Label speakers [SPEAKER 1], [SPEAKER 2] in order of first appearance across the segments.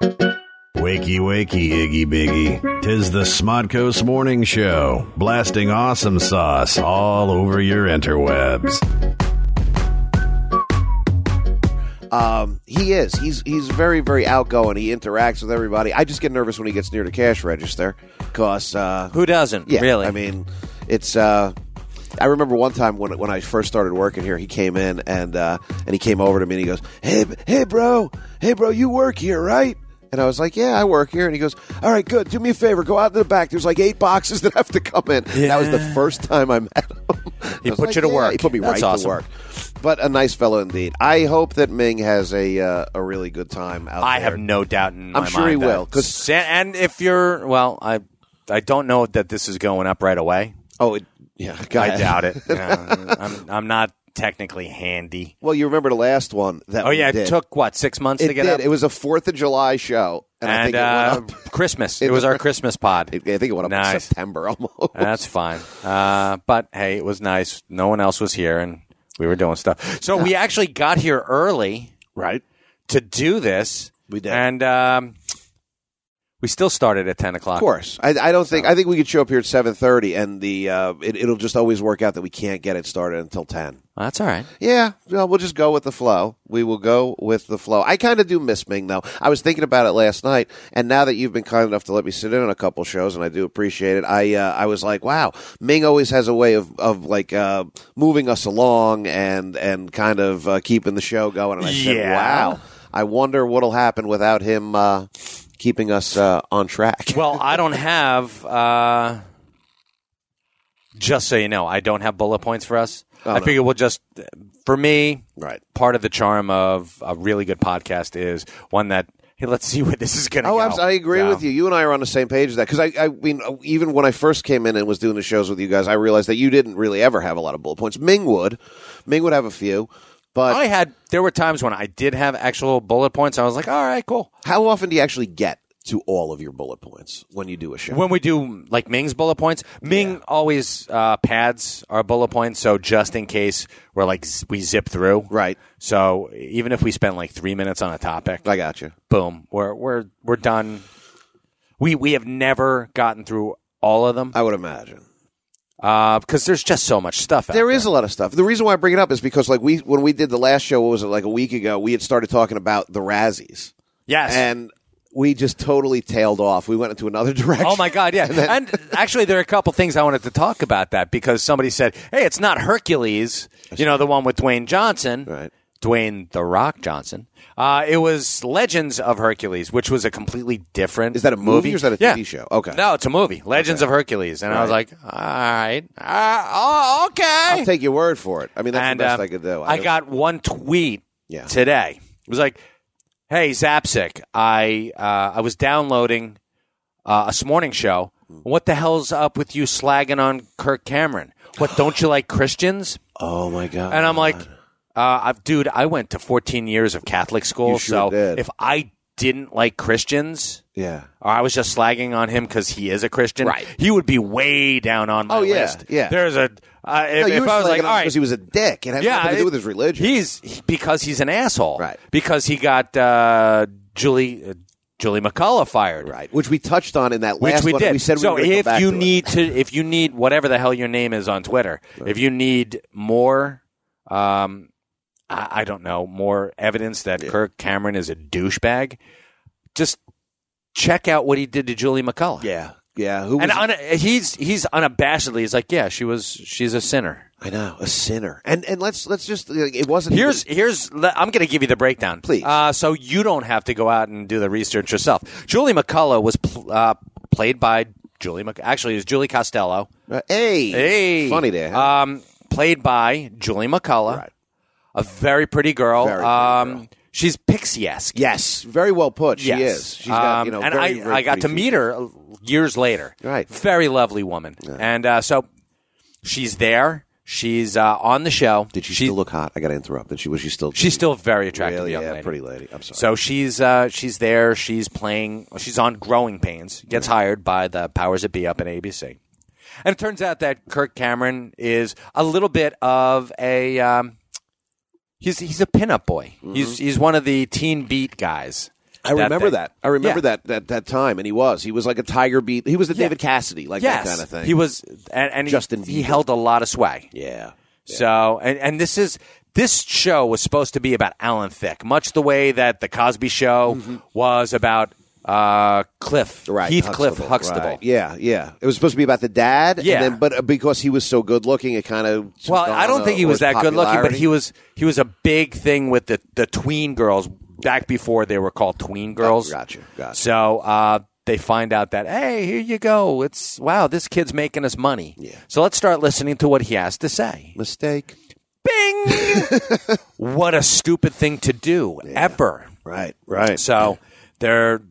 [SPEAKER 1] Wakey, wakey, Iggy Biggy. Tis the Smodco's Morning Show, blasting awesome sauce all over your interwebs.
[SPEAKER 2] Um, he is. He's he's very very outgoing. He interacts with everybody. I just get nervous when he gets near the cash register, cause uh,
[SPEAKER 3] Who doesn't?
[SPEAKER 2] yeah,
[SPEAKER 3] really?
[SPEAKER 2] I mean, it's. Uh, I remember one time when when I first started working here, he came in and uh, and he came over to me and he goes, "Hey, b- hey, bro, hey, bro, you work here, right?" And I was like, "Yeah, I work here." And he goes, "All right, good. Do me a favor. Go out to the back. There's like eight boxes that have to come in." That was the first time I met him.
[SPEAKER 3] He
[SPEAKER 2] I was
[SPEAKER 3] put you to
[SPEAKER 2] "Yeah."
[SPEAKER 3] work.
[SPEAKER 2] He put me
[SPEAKER 3] That's
[SPEAKER 2] right to
[SPEAKER 3] awesome.
[SPEAKER 2] work. But a nice fellow indeed. I hope that Ming has a uh, a really good time out
[SPEAKER 3] I
[SPEAKER 2] there.
[SPEAKER 3] have no doubt in my
[SPEAKER 2] I'm sure he
[SPEAKER 3] mind that-
[SPEAKER 2] will, 'cause-
[SPEAKER 3] and if you're well, I I don't know that this is going up right away.
[SPEAKER 2] Oh, it, yeah,
[SPEAKER 3] I
[SPEAKER 2] God.
[SPEAKER 3] doubt it. Yeah, I'm I'm not technically handy.
[SPEAKER 2] Well, you remember the last one that
[SPEAKER 3] Oh
[SPEAKER 2] we
[SPEAKER 3] yeah, it
[SPEAKER 2] did.
[SPEAKER 3] took what six months
[SPEAKER 2] It
[SPEAKER 3] to get
[SPEAKER 2] did.
[SPEAKER 3] up.
[SPEAKER 2] It was a Fourth of July show, and, I
[SPEAKER 3] and
[SPEAKER 2] think it
[SPEAKER 3] uh,
[SPEAKER 2] went up.
[SPEAKER 3] Christmas. It was our Christmas pod.
[SPEAKER 2] I think it went up in
[SPEAKER 3] nice.
[SPEAKER 2] September almost.
[SPEAKER 3] That's fine. Uh, but hey, it was nice. No one else was here, and we were doing stuff. So we actually got here early
[SPEAKER 2] right.
[SPEAKER 3] to do this.
[SPEAKER 2] We did.
[SPEAKER 3] and um, we still started at ten o'clock.
[SPEAKER 2] Of course, I, I don't think I think we could show up here at seven thirty, and the uh, it, it'll just always work out that we can't get it started until ten.
[SPEAKER 3] That's all right.
[SPEAKER 2] Yeah, well, we'll just go with the flow. We will go with the flow. I kind of do miss Ming though. I was thinking about it last night, and now that you've been kind enough to let me sit in on a couple shows, and I do appreciate it. I uh, I was like, wow, Ming always has a way of of like uh, moving us along and and kind of uh, keeping the show going. And I said,
[SPEAKER 3] Yeah.
[SPEAKER 2] wow, I wonder what'll happen without him uh, keeping us uh, on track.
[SPEAKER 3] Well, I don't have. Uh, just so you know, I don't have bullet points for us.
[SPEAKER 2] Oh,
[SPEAKER 3] I figure we'll just for me.
[SPEAKER 2] right.
[SPEAKER 3] Part of the charm of a really good podcast is one that hey, let's see where this is going to
[SPEAKER 2] Oh,
[SPEAKER 3] go.
[SPEAKER 2] abs- I agree
[SPEAKER 3] Yeah.
[SPEAKER 2] with you. You and I are on the same page with that because I, I mean, uh, even when I first came in and was doing the shows with you guys, I realized that you didn't really ever have a lot of bullet points. Ming would, Ming would have a few, but
[SPEAKER 3] I had there were times when I did have actual bullet points. I was like, all right, cool.
[SPEAKER 2] how often do you actually get to all of your bullet points when you do a show?
[SPEAKER 3] When we do like Ming's bullet points, Ming always uh, pads our bullet points, so just in case we're like z- we zip through.
[SPEAKER 2] right,
[SPEAKER 3] So even if we spend like three minutes on a topic,
[SPEAKER 2] I got you.
[SPEAKER 3] boom, we're we're we're done. We we have never gotten through all of them
[SPEAKER 2] I would imagine.
[SPEAKER 3] because there's just so much stuff. out
[SPEAKER 2] There is a lot of stuff. The reason why I bring it up is because, like, we when we did the last show, what was it like a week ago? We had started talking about the Razzies,
[SPEAKER 3] Yes.
[SPEAKER 2] and we just totally tailed off. We went into another direction.
[SPEAKER 3] Oh my God! Yeah, and actually, there are a couple things I wanted to talk about that because somebody said, "Hey, it's not Hercules, you know, the one with Dwayne Johnson,
[SPEAKER 2] Right.
[SPEAKER 3] Dwayne the Rock Johnson." Uh, it was Legends of Hercules, which was a completely different.
[SPEAKER 2] Is that a movie or is that a
[SPEAKER 3] Yeah.
[SPEAKER 2] TV show? Okay.
[SPEAKER 3] no, it's a movie, Legends of Hercules, and I was like, "All right, uh, oh, okay."
[SPEAKER 2] I'll take your word for it. I mean, that's
[SPEAKER 3] and
[SPEAKER 2] the best
[SPEAKER 3] uh,
[SPEAKER 2] I could do.
[SPEAKER 3] I,
[SPEAKER 2] don't-
[SPEAKER 3] got one tweet
[SPEAKER 2] Yeah.
[SPEAKER 3] today. It was like, "Hey Zapsic, I uh, I was downloading uh, this morning show.
[SPEAKER 2] Mm.
[SPEAKER 3] What the hell's up with you slagging on Kirk Cameron? What don't you like Christians?"
[SPEAKER 2] Oh my god!
[SPEAKER 3] And I'm like, uh, I've- "Dude, I went to 14 years of Catholic school,
[SPEAKER 2] You sure
[SPEAKER 3] so
[SPEAKER 2] did.
[SPEAKER 3] if I didn't like Christians."
[SPEAKER 2] yeah.
[SPEAKER 3] or I was just slagging on him because he is a Christian.
[SPEAKER 2] Right.
[SPEAKER 3] He would be way down on my
[SPEAKER 2] Oh, yeah,
[SPEAKER 3] list.
[SPEAKER 2] yeah.
[SPEAKER 3] There's a. Uh, if,
[SPEAKER 2] No, you
[SPEAKER 3] if
[SPEAKER 2] were
[SPEAKER 3] I was like, all right,
[SPEAKER 2] because he was a dick. It had nothing to do
[SPEAKER 3] it-
[SPEAKER 2] with his religion.
[SPEAKER 3] He's he- because he's an asshole.
[SPEAKER 2] Right.
[SPEAKER 3] Because he got uh, Julie uh, Julie McCullough fired.
[SPEAKER 2] right, which we touched on in that
[SPEAKER 3] Which
[SPEAKER 2] last
[SPEAKER 3] we
[SPEAKER 2] one.
[SPEAKER 3] did.
[SPEAKER 2] We said
[SPEAKER 3] so
[SPEAKER 2] we were gonna
[SPEAKER 3] if
[SPEAKER 2] come back
[SPEAKER 3] you
[SPEAKER 2] to it.
[SPEAKER 3] need to, if you need whatever the hell your name is on Twitter, if you need more, um, I, I don't know, more evidence that Kirk Cameron is a douchebag, just check out what he did to Julie McCullough.
[SPEAKER 2] yeah, yeah, who was
[SPEAKER 3] And un- he's he's unabashedly. He's like, yeah, she was. She's a sinner.
[SPEAKER 2] I know a sinner. And and let's let's just like, it wasn't
[SPEAKER 3] Here's here's le- I'm going to give you the breakdown,
[SPEAKER 2] Please.
[SPEAKER 3] Uh, so you don't have to go out and do the research yourself. Julie McCullough was pl- uh, played by Julie Mc- actually it was Julie Costello.
[SPEAKER 2] even, uh, hey,
[SPEAKER 3] Hey,
[SPEAKER 2] funny there. huh?
[SPEAKER 3] Um, played by Julie McCullough,
[SPEAKER 2] Right.
[SPEAKER 3] a very pretty girl.
[SPEAKER 2] Very pretty
[SPEAKER 3] um,
[SPEAKER 2] girl.
[SPEAKER 3] she's pixie-esque.
[SPEAKER 2] yes, very well put. She
[SPEAKER 3] Yes.
[SPEAKER 2] is. She's got you know,
[SPEAKER 3] Um, and
[SPEAKER 2] very,
[SPEAKER 3] I,
[SPEAKER 2] very
[SPEAKER 3] I got to
[SPEAKER 2] pretty
[SPEAKER 3] meet her uh, years later.
[SPEAKER 2] Right.
[SPEAKER 3] Very lovely woman. And uh, so she's there. She's uh, on the show.
[SPEAKER 2] Did she,
[SPEAKER 3] She-
[SPEAKER 2] still look hot? I got to interrupt. Did she was she still?
[SPEAKER 3] She's still very attractive
[SPEAKER 2] really,
[SPEAKER 3] young
[SPEAKER 2] yeah,
[SPEAKER 3] lady.
[SPEAKER 2] pretty lady. I'm sorry.
[SPEAKER 3] So she's uh, she's there. She's playing. She's on Growing Pains. Gets hired by the powers that be up in ABC, and it turns out that Kirk Cameron is a little bit of a um, he's he's a pinup boy. He's he's one of the teen beat guys.
[SPEAKER 2] Mm-hmm. I remember
[SPEAKER 3] thing.
[SPEAKER 2] that. I remember
[SPEAKER 3] Yeah.
[SPEAKER 2] that, that that time, and he was he was like a tiger beat. He was the
[SPEAKER 3] Yeah.
[SPEAKER 2] David Cassidy, like
[SPEAKER 3] yes,
[SPEAKER 2] that kind of thing.
[SPEAKER 3] he was, and, and he-
[SPEAKER 2] Justin
[SPEAKER 3] he
[SPEAKER 2] Bieber.
[SPEAKER 3] held a lot of swag.
[SPEAKER 2] yeah,
[SPEAKER 3] So, and, and this is this show was supposed to be about Alan Thicke, much the way that the Cosby Show was about uh, Cliff,
[SPEAKER 2] Mm-hmm. right.
[SPEAKER 3] Heathcliff
[SPEAKER 2] Huxtable,
[SPEAKER 3] Huxtable.
[SPEAKER 2] right. Yeah, yeah. It was supposed to be about the dad.
[SPEAKER 3] Yeah.
[SPEAKER 2] and then, but uh, because he was so good looking, it kind of took
[SPEAKER 3] Well,
[SPEAKER 2] on
[SPEAKER 3] I don't
[SPEAKER 2] a-
[SPEAKER 3] think he was
[SPEAKER 2] or
[SPEAKER 3] that good looking, but
[SPEAKER 2] popularity.
[SPEAKER 3] he was he was a big thing with the the tween girls back before they were called tween girls.
[SPEAKER 2] Oh, gotcha, gotcha.
[SPEAKER 3] So uh, they find out that hey, here you go. It's wow, this kid's making us money.
[SPEAKER 2] Yeah.
[SPEAKER 3] So let's start listening to what he has to say.
[SPEAKER 2] mistake.
[SPEAKER 3] Bing! what a stupid thing to do ever.
[SPEAKER 2] Right, right.
[SPEAKER 3] So they're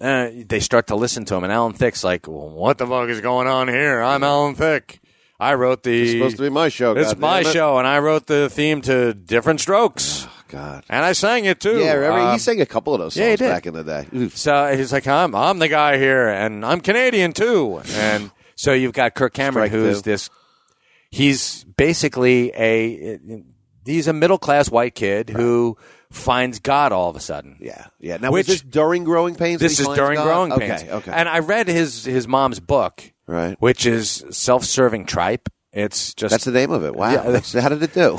[SPEAKER 3] uh, they start to listen to him, and Alan Thicke's like, well, "What the fuck is going on here? I'm Alan Thicke. I wrote the
[SPEAKER 2] it's supposed to be my show.
[SPEAKER 3] it's
[SPEAKER 2] goddammit.
[SPEAKER 3] my show, and I wrote the theme to Different Strokes,
[SPEAKER 2] God.
[SPEAKER 3] and I sang it too.
[SPEAKER 2] Yeah, remember
[SPEAKER 3] Um,
[SPEAKER 2] he sang a couple of those songs
[SPEAKER 3] yeah, he did.
[SPEAKER 2] back in the day. Oof.
[SPEAKER 3] so he's like, I'm, I'm the guy here, and I'm Canadian too. And so you've got Kirk Cameron,
[SPEAKER 2] Strike
[SPEAKER 3] who's
[SPEAKER 2] two.
[SPEAKER 3] this. He's basically a he's a middle class white kid who finds God all of a sudden.
[SPEAKER 2] Yeah, yeah. Now,
[SPEAKER 3] Which-
[SPEAKER 2] was this during growing pains? that
[SPEAKER 3] This
[SPEAKER 2] he
[SPEAKER 3] is
[SPEAKER 2] finds
[SPEAKER 3] during
[SPEAKER 2] God?
[SPEAKER 3] growing
[SPEAKER 2] okay,
[SPEAKER 3] pains.
[SPEAKER 2] Okay,
[SPEAKER 3] And I read his his mom's book,
[SPEAKER 2] Right.
[SPEAKER 3] which is self serving tripe. It's just
[SPEAKER 2] That's the name of it. Wow.
[SPEAKER 3] Yeah. Uh,
[SPEAKER 2] That's- How did it do?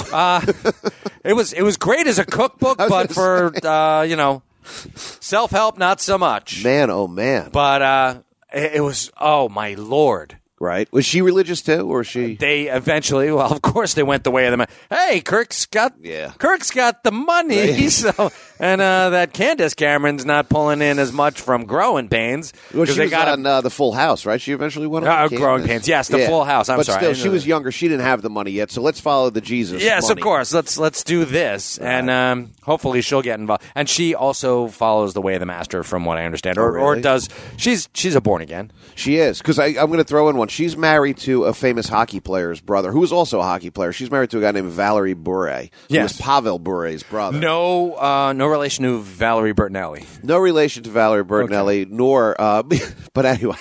[SPEAKER 3] It was it was great as a cookbook,
[SPEAKER 2] was
[SPEAKER 3] but for uh, you know self help, not so much.
[SPEAKER 2] man, oh man.
[SPEAKER 3] But uh, it, it was oh my lord!
[SPEAKER 2] right? Was she religious too, or was she?
[SPEAKER 3] They eventually, well, of course, they went the way of the man. Hey, Kirk's got
[SPEAKER 2] Yeah.
[SPEAKER 3] Kirk's got the money, so and uh, that Candace Cameron's not pulling in as much from growing pains
[SPEAKER 2] Well, she
[SPEAKER 3] they
[SPEAKER 2] was
[SPEAKER 3] got
[SPEAKER 2] on uh, the Full House, right? She eventually went on
[SPEAKER 3] Uh,
[SPEAKER 2] the
[SPEAKER 3] Growing
[SPEAKER 2] campus.
[SPEAKER 3] Pains. Yes, The Full House. I'm
[SPEAKER 2] but
[SPEAKER 3] sorry. I
[SPEAKER 2] still,
[SPEAKER 3] didn't
[SPEAKER 2] she
[SPEAKER 3] know
[SPEAKER 2] was
[SPEAKER 3] that.
[SPEAKER 2] younger. She didn't have the money yet, so let's follow the Jesus.
[SPEAKER 3] Yes,
[SPEAKER 2] money.
[SPEAKER 3] of course. Let's let's do this, and um, hopefully she'll get involved. And she also follows the way of the master, from what I understand, or,
[SPEAKER 2] Oh, really?
[SPEAKER 3] or does she's she's a born again.
[SPEAKER 2] She is because I'm going to throw in one. She's married to a famous hockey player's brother, who was also a hockey player. She's married to a guy named Valerie Bure, who
[SPEAKER 3] Yes.
[SPEAKER 2] was Pavel Bure's brother.
[SPEAKER 3] No, uh, no relation to Valerie Bertinelli.
[SPEAKER 2] No relation to Valerie Bertinelli, nor. Uh, but anyway.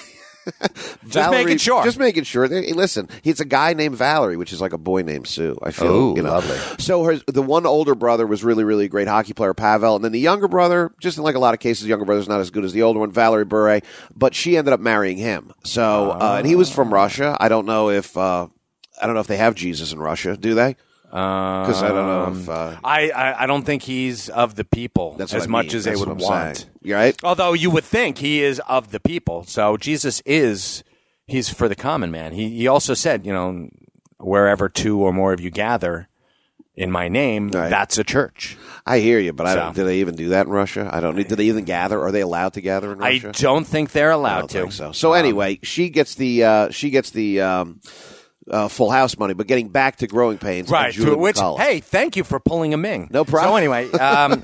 [SPEAKER 2] just
[SPEAKER 3] making sure.
[SPEAKER 2] Just making sure. Hey, listen, it's a guy named Valerie, which is like a boy named Sue. I feel
[SPEAKER 3] Oh,
[SPEAKER 2] you know.
[SPEAKER 3] lovely.
[SPEAKER 2] So her, the one older brother was really, really a great hockey player, Pavel, and then the younger brother, just in like a lot of cases, the younger brother's not as good as the older one, Valerie Bure. But she ended up marrying him. So uh, and he was
[SPEAKER 3] Ah.
[SPEAKER 2] from Russia. I don't know if uh, I don't know if they have Jesus in Russia. Do they? Because I don't know if uh,
[SPEAKER 3] I, I I don't think he's of the people
[SPEAKER 2] that's what
[SPEAKER 3] Um,
[SPEAKER 2] I
[SPEAKER 3] as much
[SPEAKER 2] mean.
[SPEAKER 3] as they
[SPEAKER 2] That's
[SPEAKER 3] would
[SPEAKER 2] what I'm
[SPEAKER 3] want.
[SPEAKER 2] saying. You're right.
[SPEAKER 3] Although you would think he is of the people, so Jesus is he's for the common man. He he also said, you know, wherever two or more of you gather in my name,
[SPEAKER 2] Right.
[SPEAKER 3] that's a church.
[SPEAKER 2] I hear you, but I don't,
[SPEAKER 3] So.
[SPEAKER 2] do they even do that in Russia? I don't. Do they even gather? Are they allowed to gather in
[SPEAKER 3] I
[SPEAKER 2] Russia?
[SPEAKER 3] don't think they're
[SPEAKER 2] I
[SPEAKER 3] allowed
[SPEAKER 2] don't think
[SPEAKER 3] to.
[SPEAKER 2] so. So anyway, she gets the uh, she gets the um, uh, full house money, but getting back to growing pains, and
[SPEAKER 3] Right.
[SPEAKER 2] Judah
[SPEAKER 3] To which,
[SPEAKER 2] McCullough.
[SPEAKER 3] hey, thank you for pulling a Ming.
[SPEAKER 2] No problem.
[SPEAKER 3] So anyway, um,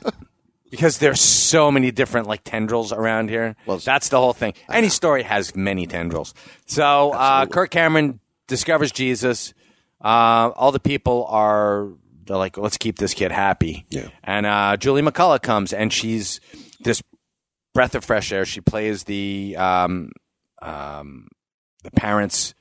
[SPEAKER 3] because there's so many different like tendrils around here.
[SPEAKER 2] Well, it's-
[SPEAKER 3] that's the whole thing. Any story has many tendrils. So uh, Kirk Cameron discovers Jesus. Uh, all the people are they're like, let's keep this kid happy.
[SPEAKER 2] Yeah.
[SPEAKER 3] And uh, Julie McCullough comes, and she's this breath of fresh air. She plays the um, um, the parents'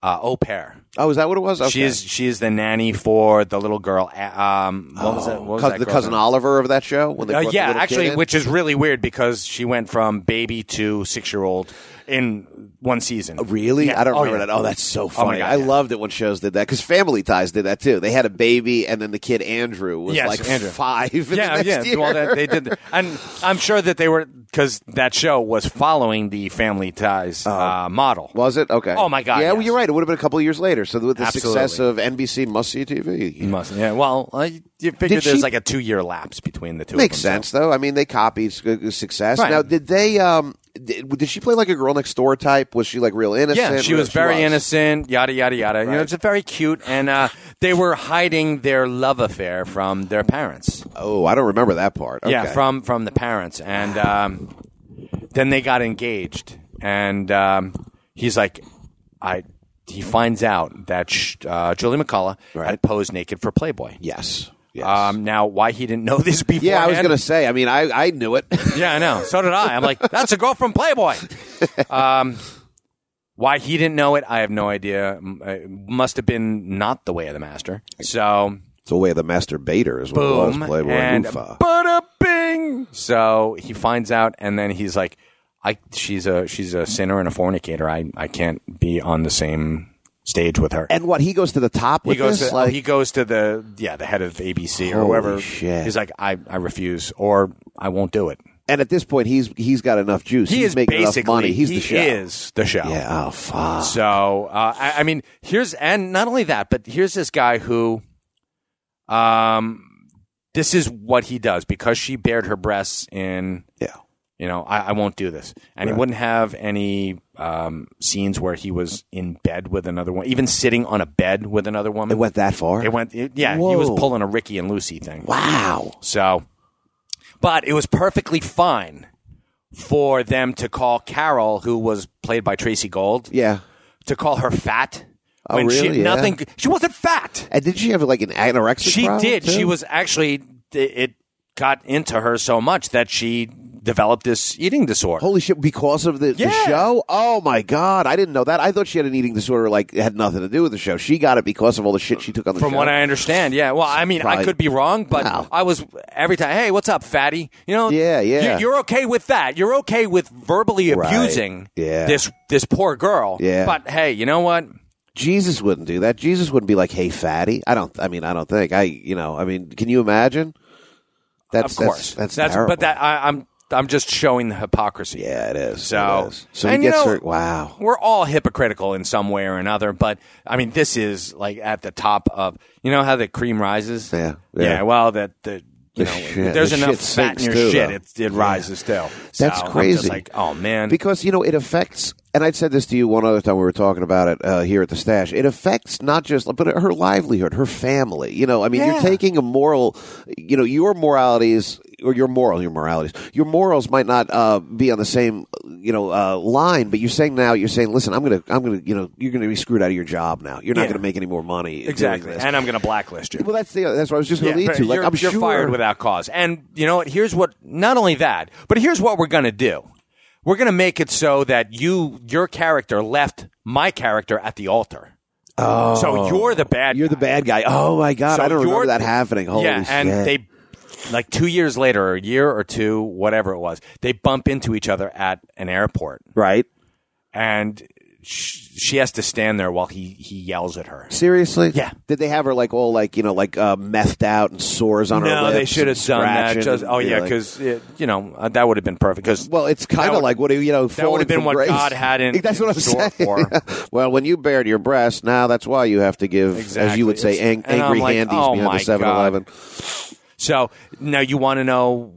[SPEAKER 3] uh, au pair.
[SPEAKER 2] oh, is that what it was? Okay.
[SPEAKER 3] She is she is the nanny for the little girl. uh, Um, what was that? What was
[SPEAKER 2] Oh. Cous-
[SPEAKER 3] that
[SPEAKER 2] the
[SPEAKER 3] girl's
[SPEAKER 2] cousin
[SPEAKER 3] name?
[SPEAKER 2] Oliver of that show. When they
[SPEAKER 3] Uh,
[SPEAKER 2] brought the
[SPEAKER 3] yeah,
[SPEAKER 2] little kid
[SPEAKER 3] actually,
[SPEAKER 2] in?
[SPEAKER 3] which is really weird because she went from baby to six year old in one season.
[SPEAKER 2] Really?
[SPEAKER 3] Yeah.
[SPEAKER 2] I don't
[SPEAKER 3] Oh,
[SPEAKER 2] remember
[SPEAKER 3] yeah.
[SPEAKER 2] that. Oh, that's so
[SPEAKER 3] my
[SPEAKER 2] funny.
[SPEAKER 3] God,
[SPEAKER 2] I
[SPEAKER 3] yeah.
[SPEAKER 2] loved it when shows did that because Family Ties did that too. They had a baby, and then the kid Andrew was
[SPEAKER 3] Yes,
[SPEAKER 2] like
[SPEAKER 3] Andrew.
[SPEAKER 2] five. in the
[SPEAKER 3] Yeah,
[SPEAKER 2] next
[SPEAKER 3] yeah.
[SPEAKER 2] Year.
[SPEAKER 3] Well, that, they did, and I'm sure that they were because that show was following the Family Ties uh, model.
[SPEAKER 2] Oh. Was it okay?
[SPEAKER 3] Oh, my God,
[SPEAKER 2] Yeah, well,
[SPEAKER 3] yes.
[SPEAKER 2] you're right. It would have been a couple of years later. So with the
[SPEAKER 3] Absolutely.
[SPEAKER 2] success of NBC Must See TV,
[SPEAKER 3] You must- yeah. Well, uh, you figure
[SPEAKER 2] Did
[SPEAKER 3] there's
[SPEAKER 2] she-
[SPEAKER 3] like a two year lapse between the two.
[SPEAKER 2] makes
[SPEAKER 3] of them, so-
[SPEAKER 2] sense though. I mean, they copied su- success.
[SPEAKER 3] Mm-hmm. Right.
[SPEAKER 2] Now, did they? Um, did, did she play like a girl next door type? Was she like real innocent?
[SPEAKER 3] Yeah, she
[SPEAKER 2] Or-
[SPEAKER 3] was very innocent. Yada yada yada. You know,
[SPEAKER 2] Right.
[SPEAKER 3] it's very cute, and uh, they were hiding their love affair from their parents.
[SPEAKER 2] Oh, I don't remember that part. Okay.
[SPEAKER 3] Yeah, from from the parents, and um, then they got engaged, and um, he's like, I. He finds out that sh- uh, Julie McCullough
[SPEAKER 2] Right.
[SPEAKER 3] had posed naked for Playboy.
[SPEAKER 2] yes. Yes.
[SPEAKER 3] Um, now, why he didn't know this before?
[SPEAKER 2] yeah, I was gonna say. I mean, I I knew it.
[SPEAKER 3] Yeah, I know. So did I. I'm like, that's a girl from Playboy. Um, why he didn't know it, I have no idea. M- It must have been not the way of the master. So
[SPEAKER 2] it's a way of the masturbator is what it was.
[SPEAKER 3] boom
[SPEAKER 2] Playboy
[SPEAKER 3] and
[SPEAKER 2] Oofa.
[SPEAKER 3] bada bing. So he finds out, and then he's like, "I she's a she's a sinner and a fornicator. I I can't be on the same stage with her."
[SPEAKER 2] And what he goes to the top
[SPEAKER 3] He
[SPEAKER 2] with
[SPEAKER 3] goes,
[SPEAKER 2] this,
[SPEAKER 3] to, oh,
[SPEAKER 2] like
[SPEAKER 3] he goes to the yeah the head of ABC or
[SPEAKER 2] Holy
[SPEAKER 3] whoever.
[SPEAKER 2] shit.
[SPEAKER 3] He's like, I, I refuse or I won't do it.
[SPEAKER 2] and at this point he's he's got enough juice.
[SPEAKER 3] He
[SPEAKER 2] he's
[SPEAKER 3] is
[SPEAKER 2] making
[SPEAKER 3] basically
[SPEAKER 2] enough money. He's
[SPEAKER 3] he
[SPEAKER 2] the show.
[SPEAKER 3] is the show.
[SPEAKER 2] Yeah. Oh fuck.
[SPEAKER 3] So uh, I, I mean, here's and not only that, but here's this guy who, um, this is what he does because she bared her breasts in.
[SPEAKER 2] Yeah.
[SPEAKER 3] You know, I, I won't do this, and he wouldn't have any um, scenes where he was in bed with another one, even sitting on a bed with another woman.
[SPEAKER 2] It went that far.
[SPEAKER 3] It went. it- yeah, he was
[SPEAKER 2] Whoa.
[SPEAKER 3] pulling a Ricky and Lucy thing.
[SPEAKER 2] wow.
[SPEAKER 3] So, but it was perfectly fine for them to call Carol, who was played by Tracy Gold,
[SPEAKER 2] Yeah.
[SPEAKER 3] to call her fat.
[SPEAKER 2] Oh,
[SPEAKER 3] when
[SPEAKER 2] really?
[SPEAKER 3] She,
[SPEAKER 2] Yeah.
[SPEAKER 3] nothing. She wasn't fat.
[SPEAKER 2] And did she have like an anorexic?
[SPEAKER 3] She
[SPEAKER 2] problem,
[SPEAKER 3] did.
[SPEAKER 2] too?
[SPEAKER 3] She was actually. It it got into her so much that she developed this eating disorder.
[SPEAKER 2] Holy shit! Because of the, the
[SPEAKER 3] Yeah.
[SPEAKER 2] show? Oh my god! I didn't know that. I thought she had an eating disorder, like it had nothing to do with the show. She got it because of all the shit she took on the
[SPEAKER 3] From
[SPEAKER 2] show.
[SPEAKER 3] what I understand, yeah. Well, I mean, I
[SPEAKER 2] Probably-
[SPEAKER 3] could be wrong, but
[SPEAKER 2] Wow.
[SPEAKER 3] I was every time. Hey, what's up, fatty? You know,
[SPEAKER 2] Yeah, yeah.
[SPEAKER 3] You, are okay with that. You're okay with verbally
[SPEAKER 2] Right.
[SPEAKER 3] abusing
[SPEAKER 2] Yeah.
[SPEAKER 3] this this poor girl.
[SPEAKER 2] Yeah.
[SPEAKER 3] But hey, you know what?
[SPEAKER 2] Jesus wouldn't do that. Jesus wouldn't be like, "Hey, fatty." I don't. I mean, I don't think. I. You know. I mean, can you imagine? That's
[SPEAKER 3] of course,
[SPEAKER 2] That's, that's, terrible.
[SPEAKER 3] but that I, I'm I'm just showing the hypocrisy.
[SPEAKER 2] Yeah, it is.
[SPEAKER 3] So-
[SPEAKER 2] it is. so he
[SPEAKER 3] and you
[SPEAKER 2] gets
[SPEAKER 3] know-
[SPEAKER 2] her. Wow.
[SPEAKER 3] we're all hypocritical in some way or another, but I mean, this is like at the top of you know how the cream rises.
[SPEAKER 2] Yeah,
[SPEAKER 3] yeah.
[SPEAKER 2] yeah.
[SPEAKER 3] well, that the
[SPEAKER 2] The
[SPEAKER 3] you know
[SPEAKER 2] shit-
[SPEAKER 3] there's
[SPEAKER 2] the
[SPEAKER 3] enough
[SPEAKER 2] shit
[SPEAKER 3] fat
[SPEAKER 2] sinks
[SPEAKER 3] in your
[SPEAKER 2] too,
[SPEAKER 3] shit,
[SPEAKER 2] though.
[SPEAKER 3] it, it rises still. So
[SPEAKER 2] That's
[SPEAKER 3] I'm just
[SPEAKER 2] crazy.
[SPEAKER 3] like oh man,
[SPEAKER 2] Because you know it affects, and I'd said this to you one other time we were talking about it uh, here at the stash. It affects not just, but her livelihood, her family. You know, I mean,
[SPEAKER 3] Yeah.
[SPEAKER 2] you're taking a moral. You know, your moralities or your moral, your moralities, your morals might not uh, be on the same, you know, uh, line. But you're saying now, you're saying, listen, I'm gonna, I'm gonna, you know, you're gonna be screwed out of your job now. You're not
[SPEAKER 3] Yeah.
[SPEAKER 2] gonna make any more money. doing
[SPEAKER 3] exactly.
[SPEAKER 2] this.
[SPEAKER 3] And I'm gonna blacklist you.
[SPEAKER 2] well, that's the that's what I was just gonna lead
[SPEAKER 3] but
[SPEAKER 2] to. Like,
[SPEAKER 3] you're,
[SPEAKER 2] I'm
[SPEAKER 3] you're
[SPEAKER 2] sure
[SPEAKER 3] fired without cause. And you know what? Here's what. Not only that, but here's what we're gonna do. We're gonna make it so that you, your character, left my character at the altar. Oh, so you're the bad.
[SPEAKER 2] You're the
[SPEAKER 3] guy.
[SPEAKER 2] bad guy. Oh my god,
[SPEAKER 3] So
[SPEAKER 2] I don't
[SPEAKER 3] you're
[SPEAKER 2] remember that
[SPEAKER 3] the-
[SPEAKER 2] happening. Holy
[SPEAKER 3] yeah, and
[SPEAKER 2] shit.
[SPEAKER 3] they like two years later, or a year or two, whatever it was, they bump into each other at an airport,
[SPEAKER 2] right.
[SPEAKER 3] and sh- she has to stand there while he he yells at her.
[SPEAKER 2] Seriously?
[SPEAKER 3] Yeah.
[SPEAKER 2] Did they have her like all like you know like uh, methed out and sores on her?
[SPEAKER 3] No,
[SPEAKER 2] lips
[SPEAKER 3] they should have
[SPEAKER 2] and
[SPEAKER 3] done that.
[SPEAKER 2] scratching
[SPEAKER 3] Just,
[SPEAKER 2] and
[SPEAKER 3] oh
[SPEAKER 2] be
[SPEAKER 3] yeah,
[SPEAKER 2] like-
[SPEAKER 3] because you know uh, that would have been perfect. Because
[SPEAKER 2] well, it's kind
[SPEAKER 3] That
[SPEAKER 2] of
[SPEAKER 3] would-
[SPEAKER 2] like what you know.
[SPEAKER 3] that would have been what God had in
[SPEAKER 2] That's what I'm
[SPEAKER 3] in store
[SPEAKER 2] saying.
[SPEAKER 3] for.
[SPEAKER 2] well, when you bared your breast, now that's why you have to give, as
[SPEAKER 3] Exactly.
[SPEAKER 2] you would say,
[SPEAKER 3] It's-
[SPEAKER 2] ang-
[SPEAKER 3] and I'm
[SPEAKER 2] angry
[SPEAKER 3] like,
[SPEAKER 2] handies
[SPEAKER 3] oh my
[SPEAKER 2] behind the 7-Eleven.
[SPEAKER 3] God. so now you want to know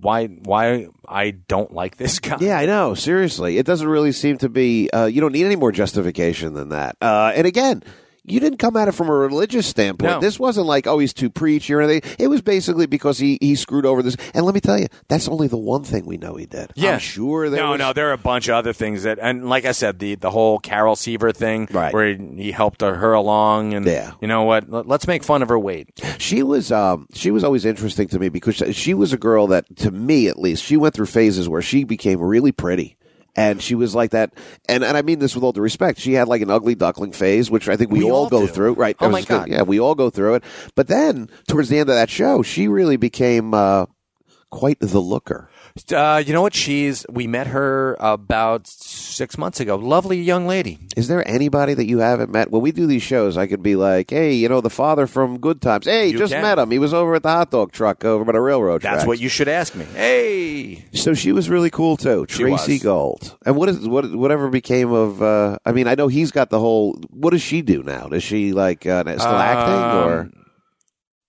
[SPEAKER 3] why why I don't like this guy?
[SPEAKER 2] Yeah, I know. Seriously, it doesn't really seem to be. Uh, you don't need any more justification than that. Uh, and again. You didn't come at it from a religious standpoint.
[SPEAKER 3] No.
[SPEAKER 2] This wasn't like, oh, he's too preachy or anything. It was basically because he, he screwed over this. And let me tell you, that's only the one thing we know he did. I'm sure there
[SPEAKER 3] No,
[SPEAKER 2] was-
[SPEAKER 3] no, there are a bunch of other things that, and like I said, the the whole Carol Seaver thing,
[SPEAKER 2] Right.
[SPEAKER 3] where he, he helped her, her along, and
[SPEAKER 2] Yeah.
[SPEAKER 3] you know what? Let- Let's make fun of her weight.
[SPEAKER 2] She was um she was always interesting to me because she was a girl that to me at least she went through phases where she became really pretty. And she was like that, and, and I mean this with all due respect. She had like an ugly duckling phase, which I think we,
[SPEAKER 3] We
[SPEAKER 2] all,
[SPEAKER 3] all
[SPEAKER 2] go
[SPEAKER 3] do.
[SPEAKER 2] through, right?
[SPEAKER 3] Oh
[SPEAKER 2] I was
[SPEAKER 3] my
[SPEAKER 2] just gonna-
[SPEAKER 3] God.
[SPEAKER 2] yeah, we all go through it. But then towards the end of that show, she really became uh, quite the looker.
[SPEAKER 3] Uh, you know what? She's we met her about six months ago. Lovely young lady.
[SPEAKER 2] Is there anybody that you haven't met? When we do these shows, I could be like, hey, you know, the father from Good Times. Hey,
[SPEAKER 3] You
[SPEAKER 2] just
[SPEAKER 3] can.
[SPEAKER 2] met him. He was over at the hot dog truck over by the railroad
[SPEAKER 3] That's
[SPEAKER 2] tracks."
[SPEAKER 3] what you should ask me. Hey,
[SPEAKER 2] So she was really cool too, Tracy
[SPEAKER 3] was.
[SPEAKER 2] Gold. And what is what whatever became of? Uh, I mean, I know he's got the whole. What does she do now? Is she like uh, still
[SPEAKER 3] Um,
[SPEAKER 2] acting or?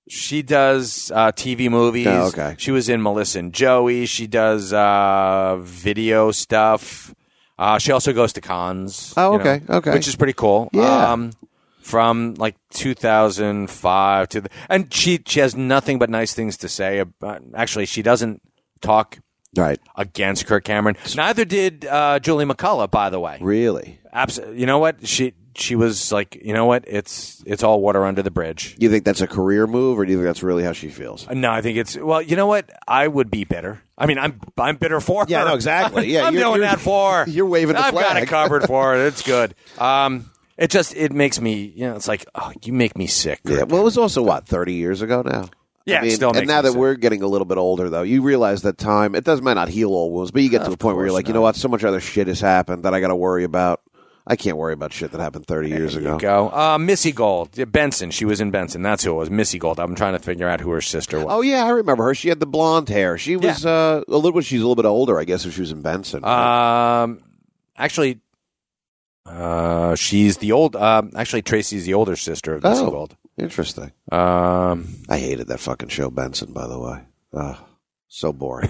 [SPEAKER 3] she does uh, TV movies.
[SPEAKER 2] Oh, okay.
[SPEAKER 3] She was in Melissa and Joey. She does uh, video stuff. Uh, she also goes to cons.
[SPEAKER 2] Oh,
[SPEAKER 3] you know,
[SPEAKER 2] okay, okay.
[SPEAKER 3] Which is pretty cool.
[SPEAKER 2] Yeah.
[SPEAKER 3] Um, from like 2005 to the, and she she has nothing but nice things to say. About, actually, she doesn't talk
[SPEAKER 2] Right,
[SPEAKER 3] against Kirk Cameron. Neither did uh, Julie McCullough, by the way.
[SPEAKER 2] really?
[SPEAKER 3] Abs- you know what she she was like. You know what? It's it's all water under the bridge.
[SPEAKER 2] You think that's a career move, or do you think that's really how she feels?
[SPEAKER 3] No, I think it's well. You know what? I would be bitter. I mean, I'm I'm bitter for
[SPEAKER 2] Yeah,
[SPEAKER 3] her.
[SPEAKER 2] no, exactly. Yeah,
[SPEAKER 3] I'm
[SPEAKER 2] you're-
[SPEAKER 3] doing
[SPEAKER 2] you're-
[SPEAKER 3] that for. her.
[SPEAKER 2] you're waving the
[SPEAKER 3] I've got
[SPEAKER 2] flag.
[SPEAKER 3] it covered for her. It's good. Um, it just it makes me. You know, it's like oh, you make me sick.
[SPEAKER 2] Yeah. Well, it was also what thirty years ago now. I
[SPEAKER 3] Yeah, it
[SPEAKER 2] mean,
[SPEAKER 3] still
[SPEAKER 2] and
[SPEAKER 3] makes
[SPEAKER 2] now
[SPEAKER 3] me
[SPEAKER 2] that
[SPEAKER 3] sick.
[SPEAKER 2] we're getting a little bit older, though, you realize that time it does might not heal all wounds, but you get to a point where you're
[SPEAKER 3] course
[SPEAKER 2] like, you know what, so much other shit has happened that I got to worry about. I can't worry about shit that happened 30 years ago.
[SPEAKER 3] You go. Uh, Missy Gold. Yeah, Benson. She was in Benson. That's who it was. Missy Gold. I'm trying to figure out who her sister was.
[SPEAKER 2] Oh yeah, I remember her. She had the blonde hair. She was uh, a little. She's a little bit older, I guess, if she was in Benson.
[SPEAKER 3] Um, actually, uh, she's the old. Um, actually, Tracy's the older sister of Missy
[SPEAKER 2] Oh.
[SPEAKER 3] Gold.
[SPEAKER 2] Interesting.
[SPEAKER 3] Um,
[SPEAKER 2] I hated that fucking show, Benson. By the way, Ugh, so boring.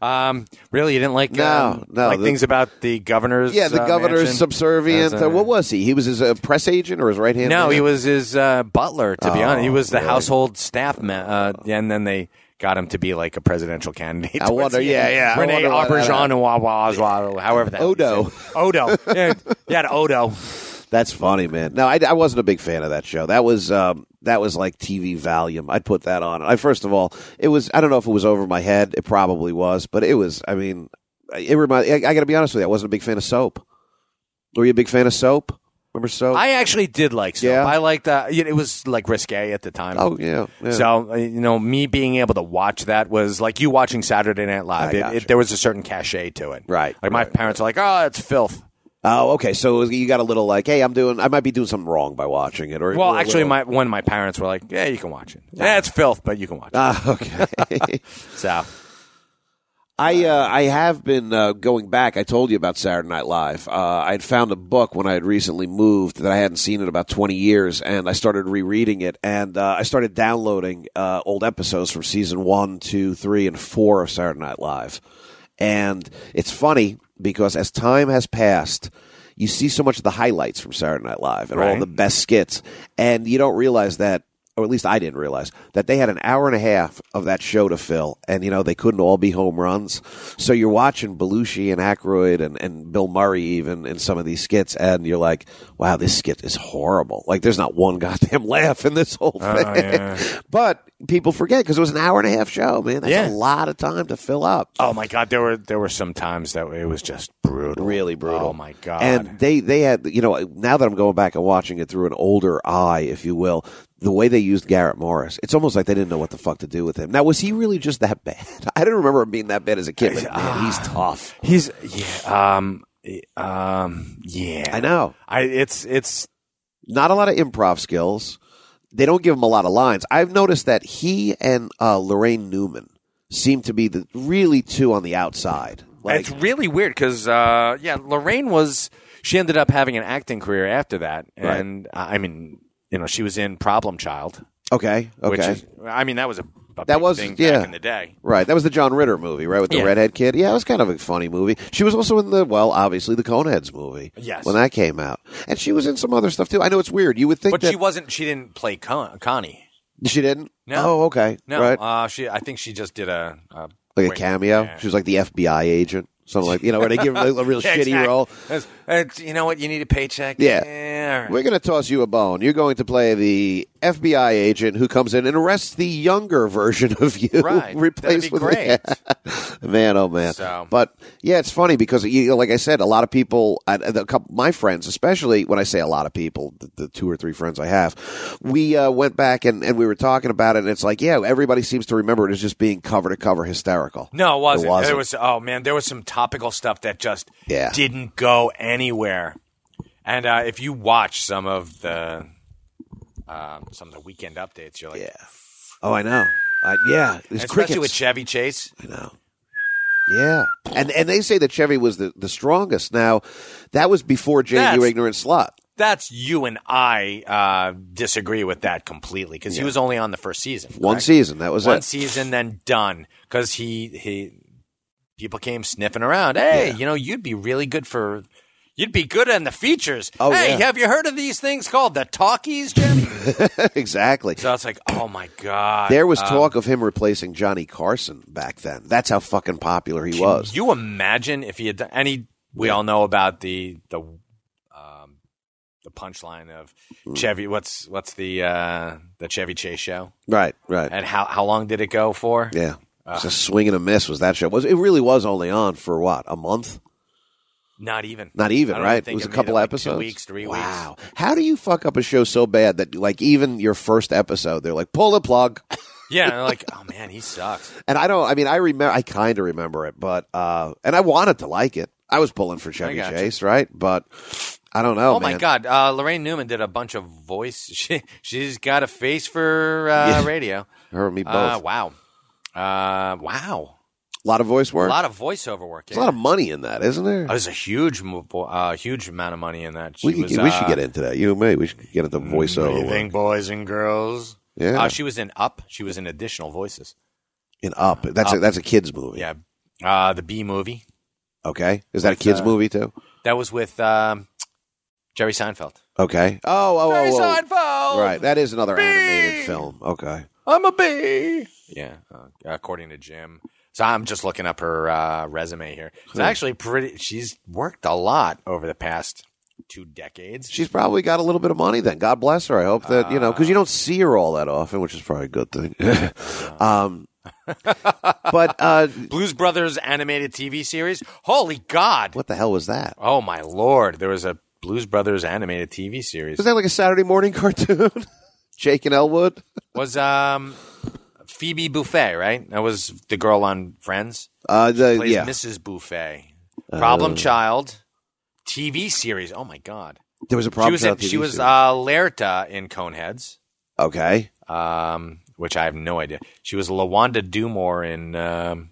[SPEAKER 3] um, really, you didn't like
[SPEAKER 2] No,
[SPEAKER 3] um,
[SPEAKER 2] no,
[SPEAKER 3] like
[SPEAKER 2] the-
[SPEAKER 3] things about the governor's.
[SPEAKER 2] yeah, the
[SPEAKER 3] uh,
[SPEAKER 2] governor's
[SPEAKER 3] mansion?
[SPEAKER 2] subservient.
[SPEAKER 3] That's, uh,
[SPEAKER 2] Uh, what was he? He was his uh, press agent or his right hand?
[SPEAKER 3] No, he was his uh, butler. To be
[SPEAKER 2] Oh,
[SPEAKER 3] honest, he was the
[SPEAKER 2] really?
[SPEAKER 3] household staff, ma- uh, and then they got him to be like a presidential candidate.
[SPEAKER 2] I
[SPEAKER 3] towards
[SPEAKER 2] wonder-
[SPEAKER 3] the
[SPEAKER 2] yeah,
[SPEAKER 3] end.
[SPEAKER 2] yeah, I
[SPEAKER 3] Rene
[SPEAKER 2] wonder why that
[SPEAKER 3] Auberjonois, however that
[SPEAKER 2] Odo.
[SPEAKER 3] Odo, yeah, yeah, Odo.
[SPEAKER 2] That's funny, man. No, I, I wasn't a big fan of that show. That was um, that was like TV Valium. I put that on. I first of all, it was. I don't know if it was over my head. It probably was, but it was. I mean, it reminded. I, I got to be honest with you. I wasn't a big fan of soap. Were you a big fan of soap? Remember soap?
[SPEAKER 3] I actually did like soap.
[SPEAKER 2] Yeah.
[SPEAKER 3] I liked that. It was like risque at the time.
[SPEAKER 2] oh yeah. yeah.
[SPEAKER 3] So uh, you know, me being able to watch that was like you watching Saturday Night Live.
[SPEAKER 2] I
[SPEAKER 3] It,
[SPEAKER 2] gotcha.
[SPEAKER 3] it, there was a certain cachet to it,
[SPEAKER 2] Right,
[SPEAKER 3] Like my parents are like, "Oh, it's filth."
[SPEAKER 2] Oh, okay. So it was- you got a little like, hey, I'm doing. I might be doing something wrong by watching it. Or
[SPEAKER 3] Well,
[SPEAKER 2] or a
[SPEAKER 3] actually,
[SPEAKER 2] little-
[SPEAKER 3] my one of my parents were like, "Yeah, you can watch it. Yeah, it's filth, but you can watch it."
[SPEAKER 2] Ah, okay.
[SPEAKER 3] So
[SPEAKER 2] I uh, I have been uh, going back. I told you about Saturday Night Live. Uh, I had found a book when I had recently moved that I hadn't seen in about twenty years, and I started rereading it. And uh, I started downloading uh, old episodes from season one, two, three, and four of Saturday Night Live. And it's funny because as time has passed, you see so much of the highlights from Saturday Night Live and all
[SPEAKER 3] Right.
[SPEAKER 2] the best skits, and you don't realize that, or at least I didn't realize that they had an hour and a half of that show to fill, and you know they couldn't all be home runs. So you're watching Belushi and Aykroyd and, and Bill Murray even in some of these skits, and you're like, wow, this skit is horrible. Like there's not one goddamn laugh in this whole thing.
[SPEAKER 3] Oh, yeah.
[SPEAKER 2] but people forget because it was an hour and a half show, man. That's
[SPEAKER 3] Yeah.
[SPEAKER 2] a lot of time to fill up.
[SPEAKER 3] Oh my god, there were there were some times that it was just brutal,
[SPEAKER 2] Really brutal.
[SPEAKER 3] Oh my god,
[SPEAKER 2] And they they had you know now that I'm going back and watching it through an older eye, if you will, the way they used Garrett Morris, it's almost like they didn't know what the fuck to do with him. Now was he really just that bad? I didn't remember him being that bad as a kid. But
[SPEAKER 3] Ah.
[SPEAKER 2] man, he's tough.
[SPEAKER 3] he's yeah, um, um, yeah.
[SPEAKER 2] I know.
[SPEAKER 3] I it's it's
[SPEAKER 2] Not a lot of improv skills. They don't give him a lot of lines. I've noticed that he and uh, Lorraine Newman seem to be the really two on the outside. Like
[SPEAKER 3] it's really weird because uh, yeah, Lorraine was she ended up having an acting career after that,
[SPEAKER 2] Right.
[SPEAKER 3] and uh, I mean, you know, she was in Problem Child,
[SPEAKER 2] okay, okay,
[SPEAKER 3] which is I mean, that was a, a
[SPEAKER 2] That
[SPEAKER 3] big
[SPEAKER 2] was-
[SPEAKER 3] thing back
[SPEAKER 2] yeah.
[SPEAKER 3] in the day.
[SPEAKER 2] Right. That was the John Ritter movie, right? With the
[SPEAKER 3] Yeah.
[SPEAKER 2] redhead kid. Yeah, it was kind of a funny movie. She was also in the, well, obviously the Coneheads movie.
[SPEAKER 3] Yes.
[SPEAKER 2] When that came out. And she was in some other stuff too. I know it's weird. You would think
[SPEAKER 3] But
[SPEAKER 2] that
[SPEAKER 3] she wasn't. She didn't play Con- Connie.
[SPEAKER 2] she didn't?
[SPEAKER 3] No.
[SPEAKER 2] Oh, okay.
[SPEAKER 3] No,
[SPEAKER 2] Right.
[SPEAKER 3] uh, she. I think she just did a, a
[SPEAKER 2] like a
[SPEAKER 3] wait,
[SPEAKER 2] cameo.
[SPEAKER 3] yeah.
[SPEAKER 2] She was like the FBI agent. Something like, you know, where they give her a real
[SPEAKER 3] Yeah,
[SPEAKER 2] shitty
[SPEAKER 3] exactly.
[SPEAKER 2] role.
[SPEAKER 3] That's- that's- you know what? You need a paycheck.
[SPEAKER 2] Yeah.
[SPEAKER 3] all right.
[SPEAKER 2] We're going to toss you a bone. You're going to play the FBI agent who comes in and arrests the younger version of you,
[SPEAKER 3] Right.
[SPEAKER 2] replaced
[SPEAKER 3] That'd be
[SPEAKER 2] with
[SPEAKER 3] great.
[SPEAKER 2] man, oh man.
[SPEAKER 3] So-
[SPEAKER 2] But yeah, it's funny because you know, like I said, a lot of people, I- a couple, my friends, especially when I say a lot of people, the, the two or three friends I have, we uh, went back and, and we were talking about it, and it's like, yeah, everybody seems to remember it as just being cover to cover hysterical.
[SPEAKER 3] No, it wasn't.
[SPEAKER 2] It wasn't.
[SPEAKER 3] There was oh man, there was some topical stuff that just
[SPEAKER 2] Yeah.
[SPEAKER 3] didn't go anywhere. And uh, if you watch some of the um, some of the weekend updates, you're like,
[SPEAKER 2] Yeah. Oh, I know. I, yeah, it's
[SPEAKER 3] especially
[SPEAKER 2] crickets.
[SPEAKER 3] with Chevy Chase.
[SPEAKER 2] I know. Yeah, and and they say that Chevy was the, the strongest. Now, that was before Jay
[SPEAKER 3] That's-
[SPEAKER 2] You Ignorant Slut.
[SPEAKER 3] That's you and I uh, disagree with that completely because he was only on the first season.
[SPEAKER 2] One
[SPEAKER 3] correct?
[SPEAKER 2] season, that was
[SPEAKER 3] one
[SPEAKER 2] it.
[SPEAKER 3] season, then done because he he people came sniffing around. Hey, you know, you'd be really good for. You'd be good on the features.
[SPEAKER 2] Oh,
[SPEAKER 3] hey,
[SPEAKER 2] yeah.
[SPEAKER 3] have you heard of these things called the talkies, Jimmy?
[SPEAKER 2] exactly.
[SPEAKER 3] So it's like, oh my god, uh,
[SPEAKER 2] There was talk of him replacing Johnny Carson back then. That's how fucking popular he was.
[SPEAKER 3] you imagine if he had done any? We all know about the the um, the punchline of
[SPEAKER 2] Mm.
[SPEAKER 3] Chevy. What's what's the uh, the Chevy Chase show?
[SPEAKER 2] Right, right.
[SPEAKER 3] And Uh. how how long did it go for?
[SPEAKER 2] Yeah. It's a swing and a miss was that show. Was it really was only on for what? A month?
[SPEAKER 3] Not even.
[SPEAKER 2] Not even,
[SPEAKER 3] I don't
[SPEAKER 2] right?
[SPEAKER 3] think
[SPEAKER 2] It was a
[SPEAKER 3] made
[SPEAKER 2] couple
[SPEAKER 3] like two
[SPEAKER 2] episodes.
[SPEAKER 3] weeks, three weeks.
[SPEAKER 2] Wow. How do you fuck up a show so bad that like even your first episode they're like pull the plug.
[SPEAKER 3] Yeah, and they're like, oh man, he sucks.
[SPEAKER 2] And I don't. I mean, I remember. I kind of remember it, but uh, and I wanted to like it. I was pulling for Chevy
[SPEAKER 3] gotcha.
[SPEAKER 2] Chase, right? But I don't know.
[SPEAKER 3] Oh my
[SPEAKER 2] man.
[SPEAKER 3] God, uh, Lorraine Newman did a bunch of voice. She she's got a face for uh,
[SPEAKER 2] Yeah.
[SPEAKER 3] radio.
[SPEAKER 2] Her and me both.
[SPEAKER 3] Uh, wow, uh, wow,
[SPEAKER 2] a lot of voice
[SPEAKER 3] a
[SPEAKER 2] work.
[SPEAKER 3] lot of voiceover work.
[SPEAKER 2] There's a lot of money in that, isn't there?
[SPEAKER 3] There's a huge, mo- uh, huge amount of money in that. She
[SPEAKER 2] we, could,
[SPEAKER 3] was,
[SPEAKER 2] get- we should
[SPEAKER 3] uh,
[SPEAKER 2] get into that. You and me. We should get into voiceover. work.
[SPEAKER 3] boys and girls?
[SPEAKER 2] Yeah.
[SPEAKER 3] Uh, she was in Up. She was in Additional Voices.
[SPEAKER 2] in Up. That's a, that's a kids movie.
[SPEAKER 3] Yeah. Uh, the B movie.
[SPEAKER 2] Okay. Is that a
[SPEAKER 3] uh,
[SPEAKER 2] kids movie too?
[SPEAKER 3] That was with um, Jerry Seinfeld.
[SPEAKER 2] Okay. Oh, oh,
[SPEAKER 3] Jerry
[SPEAKER 2] oh, oh.
[SPEAKER 3] Seinfeld!
[SPEAKER 2] Right. That is another
[SPEAKER 3] Bee!
[SPEAKER 2] animated film. Okay.
[SPEAKER 3] I'm a bee. Yeah, uh, according to Jim. So I'm just looking up her uh, resume here. It's actually pretty. She's worked a lot over the past two decades.
[SPEAKER 2] She's probably got a little bit of money then. God bless her. I hope that, you know, because you don't see her all that often, which is probably a good thing. um, but uh,
[SPEAKER 3] Blues Brothers animated TV series. Holy God!
[SPEAKER 2] what the hell was that?
[SPEAKER 3] Oh my lord! There was a Blues Brothers animated TV series.
[SPEAKER 2] Was that like a Saturday morning cartoon? Jake and Elwood?
[SPEAKER 3] was um Phoebe Buffet, right? That was the girl on Friends.
[SPEAKER 2] Uh, the,
[SPEAKER 3] Plays
[SPEAKER 2] yeah. Uh,
[SPEAKER 3] Mrs. Buffet. Problem Child. TV series. Oh my god.
[SPEAKER 2] there was a problem.
[SPEAKER 3] she was in,
[SPEAKER 2] child TV
[SPEAKER 3] she was
[SPEAKER 2] series.
[SPEAKER 3] uh, Lerta in Coneheads,
[SPEAKER 2] okay.
[SPEAKER 3] um, which I have no idea. She was Lawanda Dumore in um,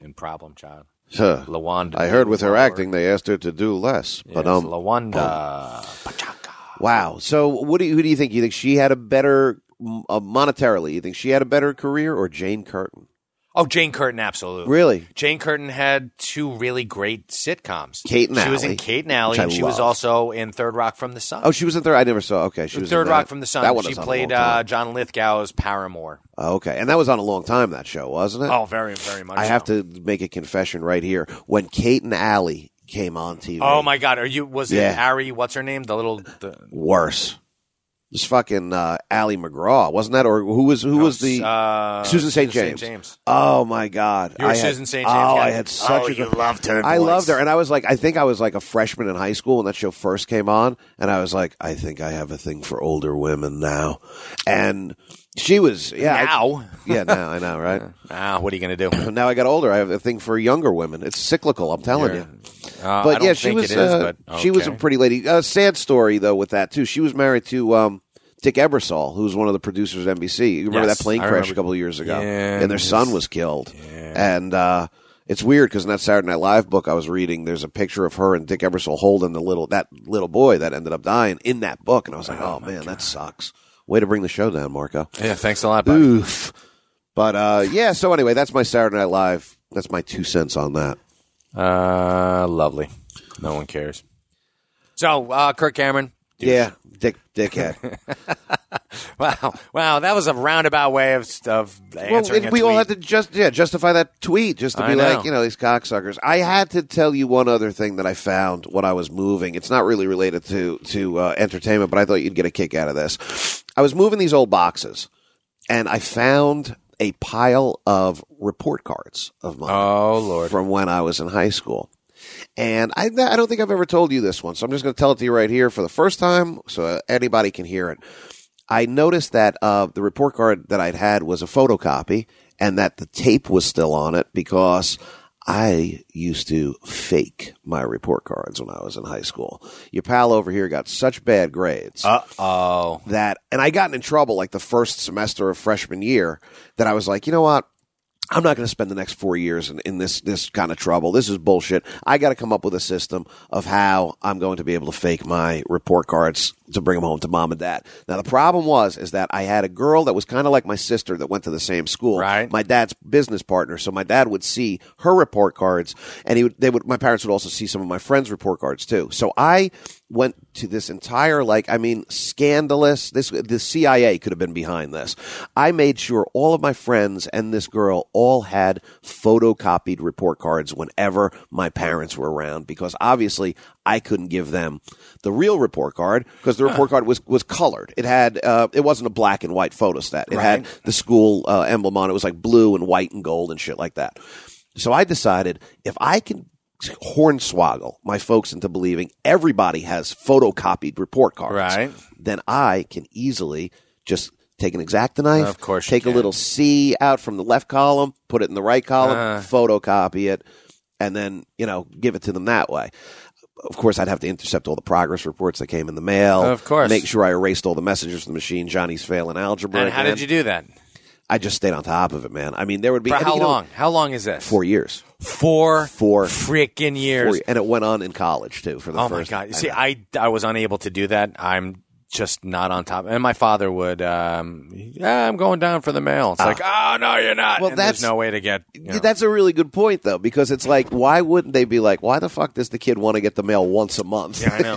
[SPEAKER 3] in Problem Child.
[SPEAKER 2] Huh.
[SPEAKER 3] Lawanda.
[SPEAKER 2] I heard with her
[SPEAKER 3] Dumore.
[SPEAKER 2] acting, they asked her to do less.
[SPEAKER 3] Yes,
[SPEAKER 2] But um, oh.
[SPEAKER 3] Lawanda. Pachaka.
[SPEAKER 2] wow. So what do you, who do you think? You think she had a better uh, monetarily? You think she had a better career or Jane Curtin?
[SPEAKER 3] Oh, Jane Curtin, absolutely.
[SPEAKER 2] Really?
[SPEAKER 3] Jane Curtin had two really great sitcoms.
[SPEAKER 2] Kate and
[SPEAKER 3] She was in
[SPEAKER 2] Ally,
[SPEAKER 3] Kate and Alley,
[SPEAKER 2] which I
[SPEAKER 3] and she was
[SPEAKER 2] loved.
[SPEAKER 3] also in Third Rock from the Sun.
[SPEAKER 2] Oh, she was in third. I never saw. Okay, she was
[SPEAKER 3] Third
[SPEAKER 2] in that.
[SPEAKER 3] Rock from the Sun.
[SPEAKER 2] That one
[SPEAKER 3] she
[SPEAKER 2] was on a
[SPEAKER 3] played
[SPEAKER 2] long time.
[SPEAKER 3] uh, John Lithgow's Paramore.
[SPEAKER 2] Oh, okay, and that was on a long time. That show wasn't it?
[SPEAKER 3] Oh, very, very much.
[SPEAKER 2] Uh, I have
[SPEAKER 3] so.
[SPEAKER 2] to make a confession right here. When Kate and Allie came on TV,
[SPEAKER 3] Oh my God, are you? Was it
[SPEAKER 2] Yeah.
[SPEAKER 3] Ari? What's her name? The little. The,
[SPEAKER 2] worse. It was fucking uh, Allie McGraw, wasn't that? Or who was who was the?
[SPEAKER 3] uh,
[SPEAKER 2] Susan St. James. oh my God!
[SPEAKER 3] You were
[SPEAKER 2] I had-
[SPEAKER 3] Susan St. James.
[SPEAKER 2] Oh,
[SPEAKER 3] yeah.
[SPEAKER 2] I had such
[SPEAKER 3] Oh,
[SPEAKER 2] a.
[SPEAKER 3] you loved her.
[SPEAKER 2] I
[SPEAKER 3] voice.
[SPEAKER 2] loved her, and I was like, I think I was like a freshman in high school when that show first came on, and I was like, I think I have a thing for older women now, and she was, yeah, I-
[SPEAKER 3] Now,
[SPEAKER 2] yeah, now I know, right?
[SPEAKER 3] ah, what are you going to do?
[SPEAKER 2] But now I got older. I have a thing for younger women. It's cyclical. I'm telling
[SPEAKER 3] You're-
[SPEAKER 2] you.
[SPEAKER 3] Uh, I
[SPEAKER 2] But
[SPEAKER 3] don't
[SPEAKER 2] yeah, she
[SPEAKER 3] think
[SPEAKER 2] was.
[SPEAKER 3] It is,
[SPEAKER 2] uh,
[SPEAKER 3] but,
[SPEAKER 2] She was a
[SPEAKER 3] okay.
[SPEAKER 2] pretty lady. A sad story though with that too. She was married to um, Dick Ebersol, who was one of the producers of NBC. You remember
[SPEAKER 3] Yes,
[SPEAKER 2] that plane
[SPEAKER 3] I
[SPEAKER 2] crash
[SPEAKER 3] remember.
[SPEAKER 2] a couple of years ago,
[SPEAKER 3] Yeah,
[SPEAKER 2] and their
[SPEAKER 3] yes.
[SPEAKER 2] son was killed. And uh, it's weird because in that Saturday Night Live book I was reading, there's a picture of her and Dick Ebersol holding the little that little boy that ended up dying in that book, and I was like, oh, man, that sucks. Way to bring the show down, Marco.
[SPEAKER 3] Yeah, thanks a lot, buddy.
[SPEAKER 2] Oof. But uh, yeah, so anyway, that's my Saturday Night Live. That's my two cents on that.
[SPEAKER 3] Uh, lovely. No one cares. So, uh, Kirk Cameron.
[SPEAKER 2] Yeah, dick, dickhead.
[SPEAKER 3] Wow, wow, that was a roundabout way of of
[SPEAKER 2] well,
[SPEAKER 3] answering.
[SPEAKER 2] it,
[SPEAKER 3] a
[SPEAKER 2] we all
[SPEAKER 3] tweet.
[SPEAKER 2] had to just yeah justify that tweet just to
[SPEAKER 3] I
[SPEAKER 2] be
[SPEAKER 3] know.
[SPEAKER 2] like you know these cocksuckers. I had to tell you one other thing that I found when I was moving. It's not really related to to uh, entertainment, but I thought you'd get a kick out of this. I was moving these old boxes, and I found a pile of report cards of mine.
[SPEAKER 3] Oh Lord.
[SPEAKER 2] from when I was in high school. And I, I don't think I've ever told you this one, so I'm just going to tell it to you right here for the first time so anybody can hear it. I noticed that uh, the report card that I'd had was a photocopy and that the tape was still on it because I used to fake my report cards when I was in high school. Your pal over here got such bad grades
[SPEAKER 3] Uh oh.
[SPEAKER 2] that, and I got in trouble like the first semester of freshman year that I was like, you know what? I'm not going to spend the next four years in, in this this kind of trouble. This is bullshit. I got to come up with a system of how I'm going to be able to fake my report cards to bring them home to mom and dad. Now the problem was is that I had a girl that was kind of like my sister that went to the same school.
[SPEAKER 3] Right.
[SPEAKER 2] My dad's business partner, so my dad would see her report cards, and he would, they would. My parents would also see some of my friends' report cards too. So I went to this entire like I mean scandalous. This the CIA could have been behind this. I made sure all of my friends and this girl all had photocopied report cards whenever my parents were around because obviously I couldn't give them the real report card because the report card was was colored. It had uh, it wasn't a black and white photostat. It had the school uh, emblem on it. It was like blue and white and gold and shit like that. So I decided if I can hornswoggle my folks into believing everybody has photocopied report cards,
[SPEAKER 3] Right.
[SPEAKER 2] then I can easily just Take an exacta knife.
[SPEAKER 3] Of course you
[SPEAKER 2] Take a
[SPEAKER 3] can.
[SPEAKER 2] little C out from the left column, put it in the right column,
[SPEAKER 3] Uh.
[SPEAKER 2] photocopy it, and then, you know, give it to them that way. Of course, I'd have to intercept all the progress reports that came in the mail.
[SPEAKER 3] Of course.
[SPEAKER 2] Make sure I erased all the messages from the machine. Johnny's failing algebra.
[SPEAKER 3] And how
[SPEAKER 2] again.
[SPEAKER 3] did you do that? I
[SPEAKER 2] I just stayed on top of it, man. I mean, there would be.
[SPEAKER 3] For
[SPEAKER 2] and,
[SPEAKER 3] how
[SPEAKER 2] you know,
[SPEAKER 3] long? How long is this?
[SPEAKER 2] Four years.
[SPEAKER 3] Four.
[SPEAKER 2] Four.
[SPEAKER 3] freaking years.
[SPEAKER 2] Four years. And it went on in college, too, for the
[SPEAKER 3] oh my
[SPEAKER 2] first
[SPEAKER 3] god! You
[SPEAKER 2] I
[SPEAKER 3] see,
[SPEAKER 2] know.
[SPEAKER 3] I I was unable to do that. I'm just not on top. And my father would, um, yeah, I'm going down for the mail. It's like, oh no, you're
[SPEAKER 2] Ah.
[SPEAKER 3] not.
[SPEAKER 2] Well,
[SPEAKER 3] And there's
[SPEAKER 2] that's-
[SPEAKER 3] no way to get. you know.
[SPEAKER 2] That's a really good point, though, because it's like, why wouldn't they be like, why the fuck does the kid want to get the mail once a month?
[SPEAKER 3] Yeah, I know.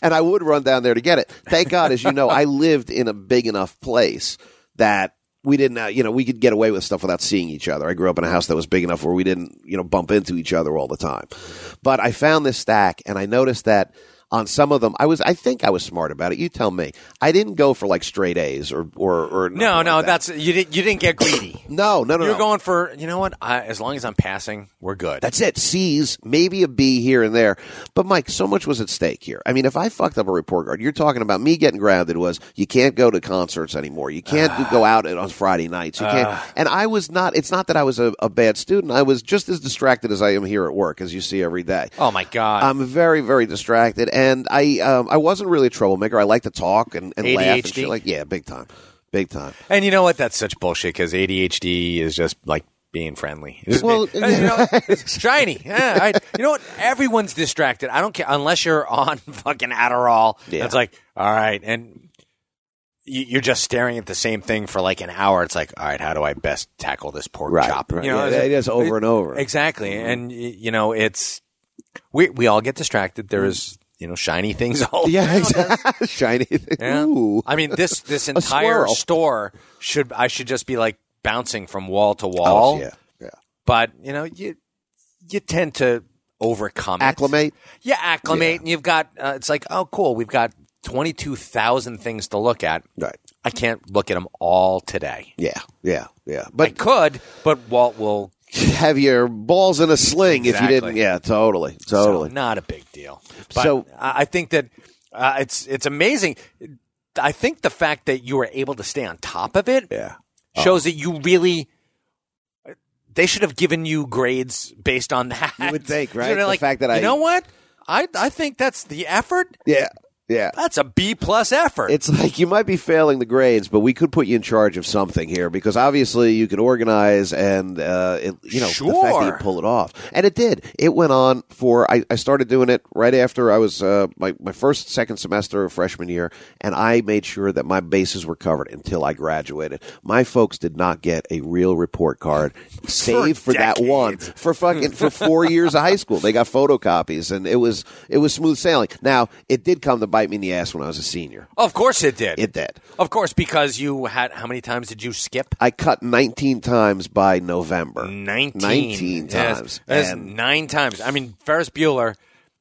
[SPEAKER 2] and I would run down there to get it. Thank God, as you know, I lived in a big enough place that we didn't, uh, you know, we could get away with stuff without seeing each other. I grew up in a house that was big enough where we didn't, you know, bump into each other all the time. But I found this stack and I noticed that on some of them, I was, I think I was smart about it. You tell me. I didn't go for like straight A's or, or, or nothing
[SPEAKER 3] no,
[SPEAKER 2] like
[SPEAKER 3] no,
[SPEAKER 2] that.
[SPEAKER 3] that's you didn't. You didn't get greedy.
[SPEAKER 2] no, no, no.
[SPEAKER 3] You're
[SPEAKER 2] no.
[SPEAKER 3] going for you know what? I, as long as I'm passing, we're good.
[SPEAKER 2] That's it. C's, maybe a B here and there. But Mike, so much was at stake here. I mean, if I fucked up a report card, you're talking about me getting grounded was you can't go to concerts anymore. You can't
[SPEAKER 3] Ah.
[SPEAKER 2] do- go out on Friday nights. You can't. And I was not, it's not that I was a, a bad student. I was just as distracted as I am here at work, as you see every day.
[SPEAKER 3] oh my god!
[SPEAKER 2] I'm very, very distracted, and I, um, I wasn't really a troublemaker. I like to talk and, and laugh and
[SPEAKER 3] ADHD?
[SPEAKER 2] shit. Like, yeah, big time, big time.
[SPEAKER 3] And you know what? That's such bullshit because ADHD is just like being friendly. It's-
[SPEAKER 2] Well,
[SPEAKER 3] you know, it's shiny. Yeah, I, you know what? Everyone's distracted. I don't care unless you're on fucking Adderall.
[SPEAKER 2] Yeah.
[SPEAKER 3] It's like all right, and you- you're just staring at the same thing for like an hour. It's like all right, how do I best tackle this pork
[SPEAKER 2] Right,
[SPEAKER 3] chop?
[SPEAKER 2] right.
[SPEAKER 3] You know,
[SPEAKER 2] Yeah,
[SPEAKER 3] it's-
[SPEAKER 2] it is over and over. Mm-hmm.
[SPEAKER 3] Exactly, and y- you know it's we we all get distracted. There is you know shiny things all
[SPEAKER 2] Mm-hmm. Yeah, exactly. Shiny. thing.
[SPEAKER 3] yeah.
[SPEAKER 2] Ooh.
[SPEAKER 3] I mean this this entire
[SPEAKER 2] squirrel.
[SPEAKER 3] store should I should just be like bouncing from wall to wall.
[SPEAKER 2] Oh, yeah, yeah.
[SPEAKER 3] But you know you you tend to overcome it.
[SPEAKER 2] Acclimate.
[SPEAKER 3] Yeah, acclimate. And you've got uh, it's like oh cool we've got twenty two thousand things to look at.
[SPEAKER 2] Right.
[SPEAKER 3] I can't look at them all today.
[SPEAKER 2] Yeah, yeah, yeah.
[SPEAKER 3] I
[SPEAKER 2] But
[SPEAKER 3] could, but Walt will.
[SPEAKER 2] have your balls in a sling if
[SPEAKER 3] Exactly.
[SPEAKER 2] you didn't. Yeah, totally,
[SPEAKER 3] So
[SPEAKER 2] totally.
[SPEAKER 3] not a big deal. But
[SPEAKER 2] So-
[SPEAKER 3] I I think that uh, it's it's amazing. I think the fact that you were able to stay on top of it
[SPEAKER 2] yeah,
[SPEAKER 3] shows that you really they should have given you grades based on that.
[SPEAKER 2] You would think,
[SPEAKER 3] So
[SPEAKER 2] right?
[SPEAKER 3] they're
[SPEAKER 2] The
[SPEAKER 3] like,
[SPEAKER 2] fact that I-
[SPEAKER 3] you know what I I think that's the effort.
[SPEAKER 2] yeah, yeah.
[SPEAKER 3] That's a B plus effort.
[SPEAKER 2] It's like you might be failing the grades, but we could put you in charge of something here because obviously you can organize and uh, it, you know the fact that you
[SPEAKER 3] Sure.
[SPEAKER 2] pull it off, and it did. It went on for I, I started doing it right after I was uh, my my first second semester of freshman year, and I made sure that my bases were covered until I graduated. My folks did not get a real report card, save for that one
[SPEAKER 3] decades.
[SPEAKER 2] for fucking for four years of high school. They got photocopies, and it was it was smooth sailing. Now it did come to bite me in the ass when I was a senior.
[SPEAKER 3] of course it did.
[SPEAKER 2] It did.
[SPEAKER 3] Of course, because you had how many times did you skip?
[SPEAKER 2] I cut 19 times by November.
[SPEAKER 3] 19.
[SPEAKER 2] 19
[SPEAKER 3] Yes.
[SPEAKER 2] times.
[SPEAKER 3] That's
[SPEAKER 2] And-
[SPEAKER 3] nine times. I mean, Ferris Bueller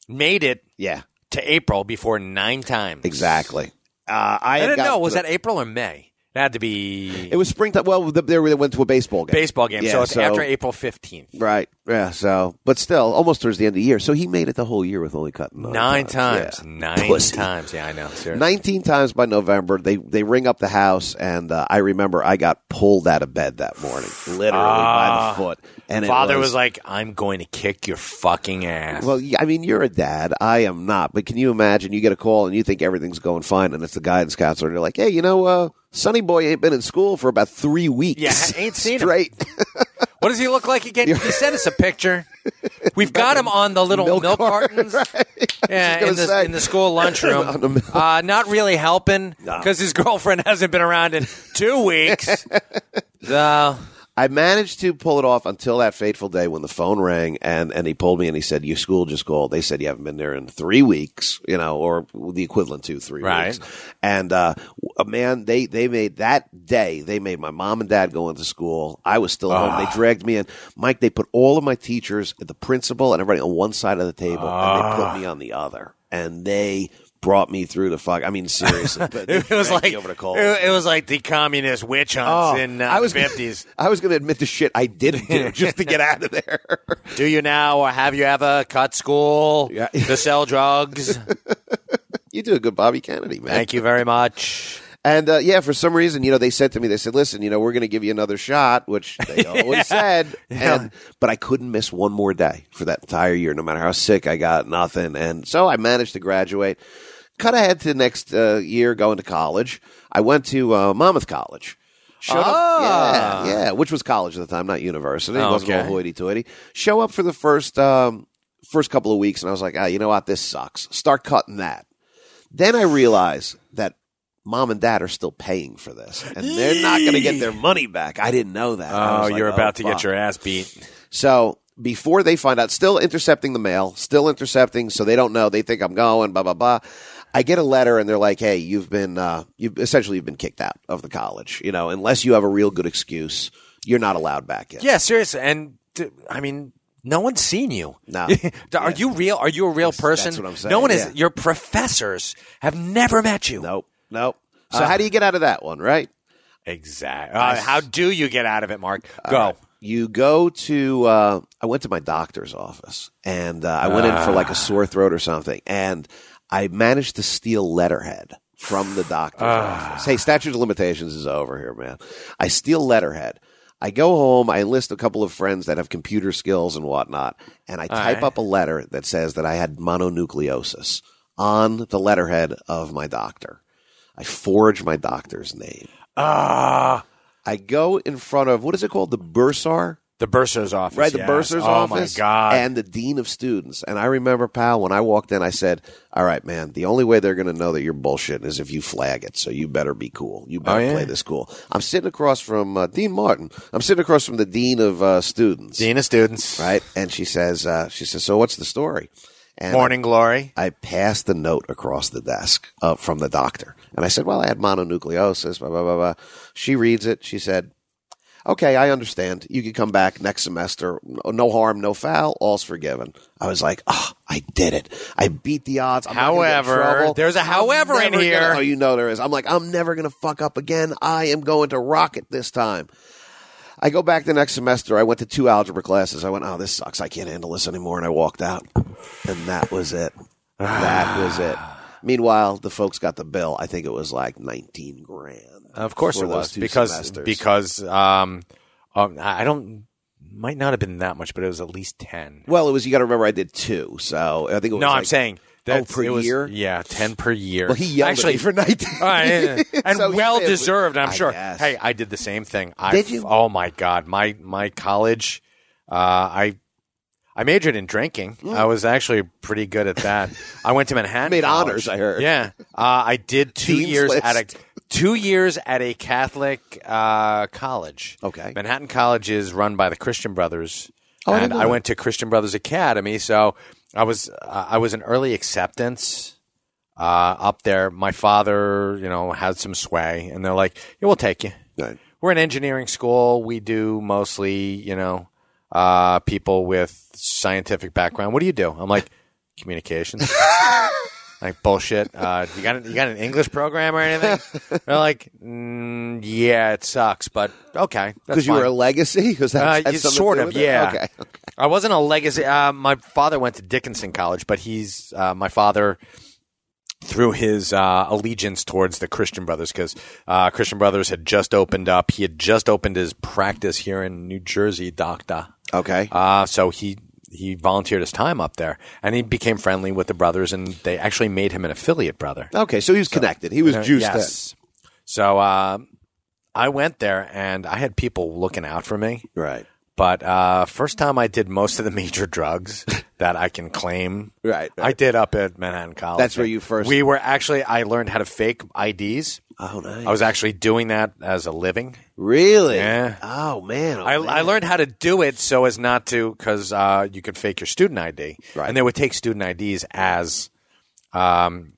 [SPEAKER 3] made it
[SPEAKER 2] Yeah,
[SPEAKER 3] to April before nine times.
[SPEAKER 2] exactly. Uh, I,
[SPEAKER 3] I
[SPEAKER 2] had
[SPEAKER 3] didn't
[SPEAKER 2] gotten
[SPEAKER 3] know.
[SPEAKER 2] to
[SPEAKER 3] Was
[SPEAKER 2] the-
[SPEAKER 3] that April or May? It had to be
[SPEAKER 2] It was springtime. Well, the, they went to a baseball game.
[SPEAKER 3] baseball game.
[SPEAKER 2] Yeah,
[SPEAKER 3] so it's after April fifteenth.
[SPEAKER 2] Right. Yeah. So, but still, almost towards the end of the year. So he made it the whole year with only cutting nine,
[SPEAKER 3] Nine
[SPEAKER 2] times.
[SPEAKER 3] times.
[SPEAKER 2] Oh, Yeah.
[SPEAKER 3] Nine
[SPEAKER 2] Pussy.
[SPEAKER 3] times. Yeah, I know. Seriously.
[SPEAKER 2] 19 times by November, they they ring up the house, and uh, I remember I got pulled out of bed that morning, literally by the foot. And it
[SPEAKER 3] Ah. Father was, like, I'm going to kick your fucking ass.
[SPEAKER 2] Well, yeah, I mean, you're a dad. I am not. But can you imagine? You get a call and you think everything's going fine, and it's the guidance counselor, and you're like, "Hey, you know, uh, Sonny Boy ain't been in school for about three weeks.
[SPEAKER 3] Yeah, ain't seen him.
[SPEAKER 2] straight.
[SPEAKER 3] what does he look like again? he sent us a picture. We've got him on the little milk, cartons. Yeah,
[SPEAKER 2] gonna
[SPEAKER 3] in the,
[SPEAKER 2] say.
[SPEAKER 3] in the school lunchroom.
[SPEAKER 2] On the milk.
[SPEAKER 3] uh, not really helping because his girlfriend hasn't been around in two weeks. so,
[SPEAKER 2] I managed to pull it off until that fateful day when the phone rang, and and he pulled me and he said, "Your school just called. They said you haven't been there in three weeks, you know, or the equivalent to three
[SPEAKER 3] Right.
[SPEAKER 2] weeks." And uh, w- man, they they made that day. They made my mom and dad go into school. I was still at home.
[SPEAKER 3] Ah.
[SPEAKER 2] They dragged me in. Mike, they put all of my teachers, the principal, and everybody on one side of the table, and they
[SPEAKER 3] Ah.
[SPEAKER 2] put me on the other. And they brought me through the fuck. I mean, seriously, but they
[SPEAKER 3] it was
[SPEAKER 2] dragged
[SPEAKER 3] like
[SPEAKER 2] me over the coals.
[SPEAKER 3] it, it was like the communist witch
[SPEAKER 2] Oh,
[SPEAKER 3] hunts in uh,
[SPEAKER 2] I was-
[SPEAKER 3] 50s.
[SPEAKER 2] I was going to admit the shit I didn't do just to get out of there.
[SPEAKER 3] Do you now or have you ever cut school
[SPEAKER 2] Yeah.
[SPEAKER 3] to sell drugs?
[SPEAKER 2] you do a good Bobby Kennedy, man.
[SPEAKER 3] Thank you very much.
[SPEAKER 2] And uh, yeah, for some reason, you know, they said to me, they said, "Listen, you know, we're going to give you another shot," which they always said. And but I couldn't miss one more day for that entire year, no matter how sick I got, nothing. And so I managed to graduate. Cut ahead to the next uh, year, going to college. I went to uh, Monmouth College. Showed
[SPEAKER 3] Ah.
[SPEAKER 2] up, yeah, yeah, which was college at the time, not university. It
[SPEAKER 3] Oh,
[SPEAKER 2] wasn't all
[SPEAKER 3] okay.
[SPEAKER 2] hoity-toity. Show up for the first um, first couple of weeks, and I was like, ah, you know what, this sucks. Start cutting that. Then I realize that mom and dad are still paying for this, and they're not going to get their money back. I didn't know that. I
[SPEAKER 3] Oh,
[SPEAKER 2] was like,
[SPEAKER 3] you're about to
[SPEAKER 2] fuck."
[SPEAKER 3] get your ass beat.
[SPEAKER 2] So before they find out, still intercepting the mail, still intercepting, so they don't know. They think I'm going, blah blah blah. I get a letter and they're like, "Hey, you've been, uh, you've essentially you've been kicked out of the college. You know, unless you have a real good excuse, you're not allowed back in."
[SPEAKER 3] Yeah, seriously. And d- I mean, no one's seen you.
[SPEAKER 2] No.
[SPEAKER 3] are
[SPEAKER 2] Yeah.
[SPEAKER 3] you real? Are you a real person?
[SPEAKER 2] what I'm saying,
[SPEAKER 3] No one is.
[SPEAKER 2] yeah.
[SPEAKER 3] Your professors have never met you.
[SPEAKER 2] Nope. Nope. So
[SPEAKER 3] Uh,
[SPEAKER 2] how do you get out of that one, right?
[SPEAKER 3] Exactly. uh, how do you get out of it, Mark? Go.
[SPEAKER 2] you go to uh, i went to my doctor's office and uh, i went in for like a sore throat or something and i managed to steal letterhead from the doctor's office hey statute of limitations is over here man i steal letterhead i go home i enlist a couple of friends that have computer skills and whatnot and i type
[SPEAKER 3] right.
[SPEAKER 2] up a letter that says that i had mononucleosis on the letterhead of my doctor i forge my doctor's name
[SPEAKER 3] Ah,
[SPEAKER 2] i go in front of what is it called the bursar
[SPEAKER 3] the bursar's office.
[SPEAKER 2] Right, the
[SPEAKER 3] yes.
[SPEAKER 2] bursar's
[SPEAKER 3] oh,
[SPEAKER 2] office.
[SPEAKER 3] my god.
[SPEAKER 2] And the dean of students. And I remember, pal, when I walked in, I said, "All right, man. The only way they're going to know that you're bullshitting is if you flag it. So you better be cool. You better
[SPEAKER 3] Oh, yeah.
[SPEAKER 2] play this cool." I'm sitting across from uh, Dean Martin. I'm sitting across from the dean of uh, students.
[SPEAKER 3] Dean of students.
[SPEAKER 2] Right, and she says, uh, "She says, so what's the story?" And
[SPEAKER 3] Morning glory.
[SPEAKER 2] I passed the note across the desk uh, from the doctor. And I said, Well, I had mononucleosis, blah, blah, blah, blah. She reads it. She said, Okay, I understand. You can come back next semester. No- No harm, no foul. All's forgiven. I was like, Oh, I did it. I beat the odds. I'm not gonna get in
[SPEAKER 3] However,
[SPEAKER 2] trouble.
[SPEAKER 3] there's a
[SPEAKER 2] I'm
[SPEAKER 3] however in
[SPEAKER 2] never
[SPEAKER 3] here.
[SPEAKER 2] Gonna, oh, you know there is. I'm like, I'm never going to fuck up again. I am going to rock it this time. I go back the next semester. I went to two algebra classes. I went, oh, this sucks. I can't handle this anymore. And I walked out. And that was it. that was it. Meanwhile, the folks got the bill. I think it was like 19 grand.
[SPEAKER 3] Of course
[SPEAKER 2] for
[SPEAKER 3] it
[SPEAKER 2] those
[SPEAKER 3] was
[SPEAKER 2] two
[SPEAKER 3] because
[SPEAKER 2] semesters.
[SPEAKER 3] because um, um I I don't might not have been that much, but it was at least ten.
[SPEAKER 2] Well, it was, you got to remember, I did two. So I think it was.
[SPEAKER 3] No, I'm
[SPEAKER 2] like- oh,
[SPEAKER 3] saying that's-
[SPEAKER 2] per
[SPEAKER 3] it was-
[SPEAKER 2] year?
[SPEAKER 3] Yeah, ten per year.
[SPEAKER 2] Well, he yelled
[SPEAKER 3] Actually,
[SPEAKER 2] Actually, for 19.
[SPEAKER 3] All right, yeah, yeah. and
[SPEAKER 2] So he
[SPEAKER 3] well
[SPEAKER 2] did.
[SPEAKER 3] deserved, I'm
[SPEAKER 2] I
[SPEAKER 3] sure.
[SPEAKER 2] guess.
[SPEAKER 3] Hey, I did the same thing. I,
[SPEAKER 2] Did you?
[SPEAKER 3] Oh my god, my my college, uh, I I majored in drinking. I was actually pretty good at that. I went to Manhattan.
[SPEAKER 2] Hmm. Made
[SPEAKER 3] College.
[SPEAKER 2] honors, I heard.
[SPEAKER 3] Yeah, uh, I did two
[SPEAKER 2] Dean's
[SPEAKER 3] years
[SPEAKER 2] list.
[SPEAKER 3] at a two years at a Catholic uh, college.
[SPEAKER 2] Okay.
[SPEAKER 3] Manhattan College is run by the Christian Brothers,
[SPEAKER 2] Oh, I didn't
[SPEAKER 3] and
[SPEAKER 2] know
[SPEAKER 3] I
[SPEAKER 2] that.
[SPEAKER 3] went to Christian Brothers Academy. So I was uh, I was an early acceptance uh, up there. My father, you know, had some sway, and they're like, "Yeah, we'll take you."
[SPEAKER 2] Right.
[SPEAKER 3] We're an engineering school. We do mostly, you know, uh, people with scientific background. What do you do? I'm like, communications. like bullshit. Uh, you got an, you got an English program or anything? They're like, mm, yeah, it sucks, but okay, that's
[SPEAKER 2] Because you
[SPEAKER 3] fine.
[SPEAKER 2] were a legacy? Because that
[SPEAKER 3] Uh,
[SPEAKER 2] had
[SPEAKER 3] you-
[SPEAKER 2] something to
[SPEAKER 3] sort
[SPEAKER 2] do
[SPEAKER 3] of,
[SPEAKER 2] with it?
[SPEAKER 3] yeah.
[SPEAKER 2] Okay. okay.
[SPEAKER 3] I wasn't a legacy. Uh, my father went to Dickinson College, but he's uh, my father through his uh, allegiance towards the Christian Brothers because uh, Christian Brothers had just opened up. He had just opened his practice here in New Jersey, Doctor.
[SPEAKER 2] Okay.
[SPEAKER 3] Uh, so he he volunteered his time up there, and he became friendly with the brothers, and they actually made him an affiliate brother.
[SPEAKER 2] Okay, so he was connected. He was juiced then.
[SPEAKER 3] uh, yes. So uh, I went there, and I had people looking out for me.
[SPEAKER 2] Right.
[SPEAKER 3] But uh, first time I did most of the major drugs that I can claim.
[SPEAKER 2] Right, right.
[SPEAKER 3] I did up at Manhattan College.
[SPEAKER 2] That's where you first-
[SPEAKER 3] We were actually. I learned how to fake IDs.
[SPEAKER 2] Oh, nice.
[SPEAKER 3] I was actually doing that as a living.
[SPEAKER 2] really?
[SPEAKER 3] Yeah.
[SPEAKER 2] Oh man. Oh,
[SPEAKER 3] I,
[SPEAKER 2] man.
[SPEAKER 3] I learned how to do it so as not to, because uh, you could fake your student ID,
[SPEAKER 2] Right.
[SPEAKER 3] and they would take student IDs as um,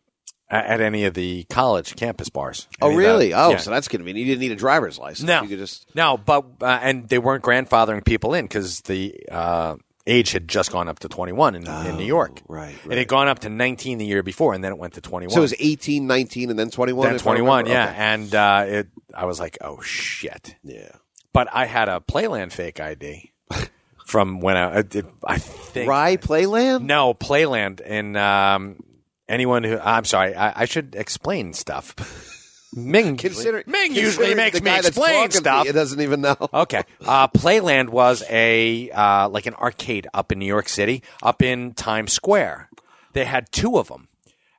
[SPEAKER 3] a- at any of the college campus bars.
[SPEAKER 2] Oh
[SPEAKER 3] Any of the-
[SPEAKER 2] really? Oh,
[SPEAKER 3] uh, yeah.
[SPEAKER 2] so that's convenient. You didn't need a driver's license.
[SPEAKER 3] No,
[SPEAKER 2] You could just
[SPEAKER 3] no, but uh, and they weren't grandfathering people in because the uh, age had just gone up to 21 in, in New York.
[SPEAKER 2] right,
[SPEAKER 3] it had gone up to 19 the year before, and then it went to 21.
[SPEAKER 2] So it was 18, 19, and then twenty one.
[SPEAKER 3] then 21, yeah, and uh, it. I was like, oh shit!
[SPEAKER 2] Yeah.
[SPEAKER 3] But I had a Playland fake ID from when I, I, did- I think
[SPEAKER 2] Rye Playland?
[SPEAKER 3] no Playland and um, anyone who I'm sorry, I, I should explain stuff. Ming
[SPEAKER 2] Considering
[SPEAKER 3] Ming usually
[SPEAKER 2] considering
[SPEAKER 3] makes
[SPEAKER 2] the
[SPEAKER 3] me
[SPEAKER 2] guy that's talking
[SPEAKER 3] explain
[SPEAKER 2] to
[SPEAKER 3] stuff.
[SPEAKER 2] you, It doesn't even know.
[SPEAKER 3] Okay. Uh, Playland was a uh, like an arcade up in New York City, up in Times Square. They had two of them,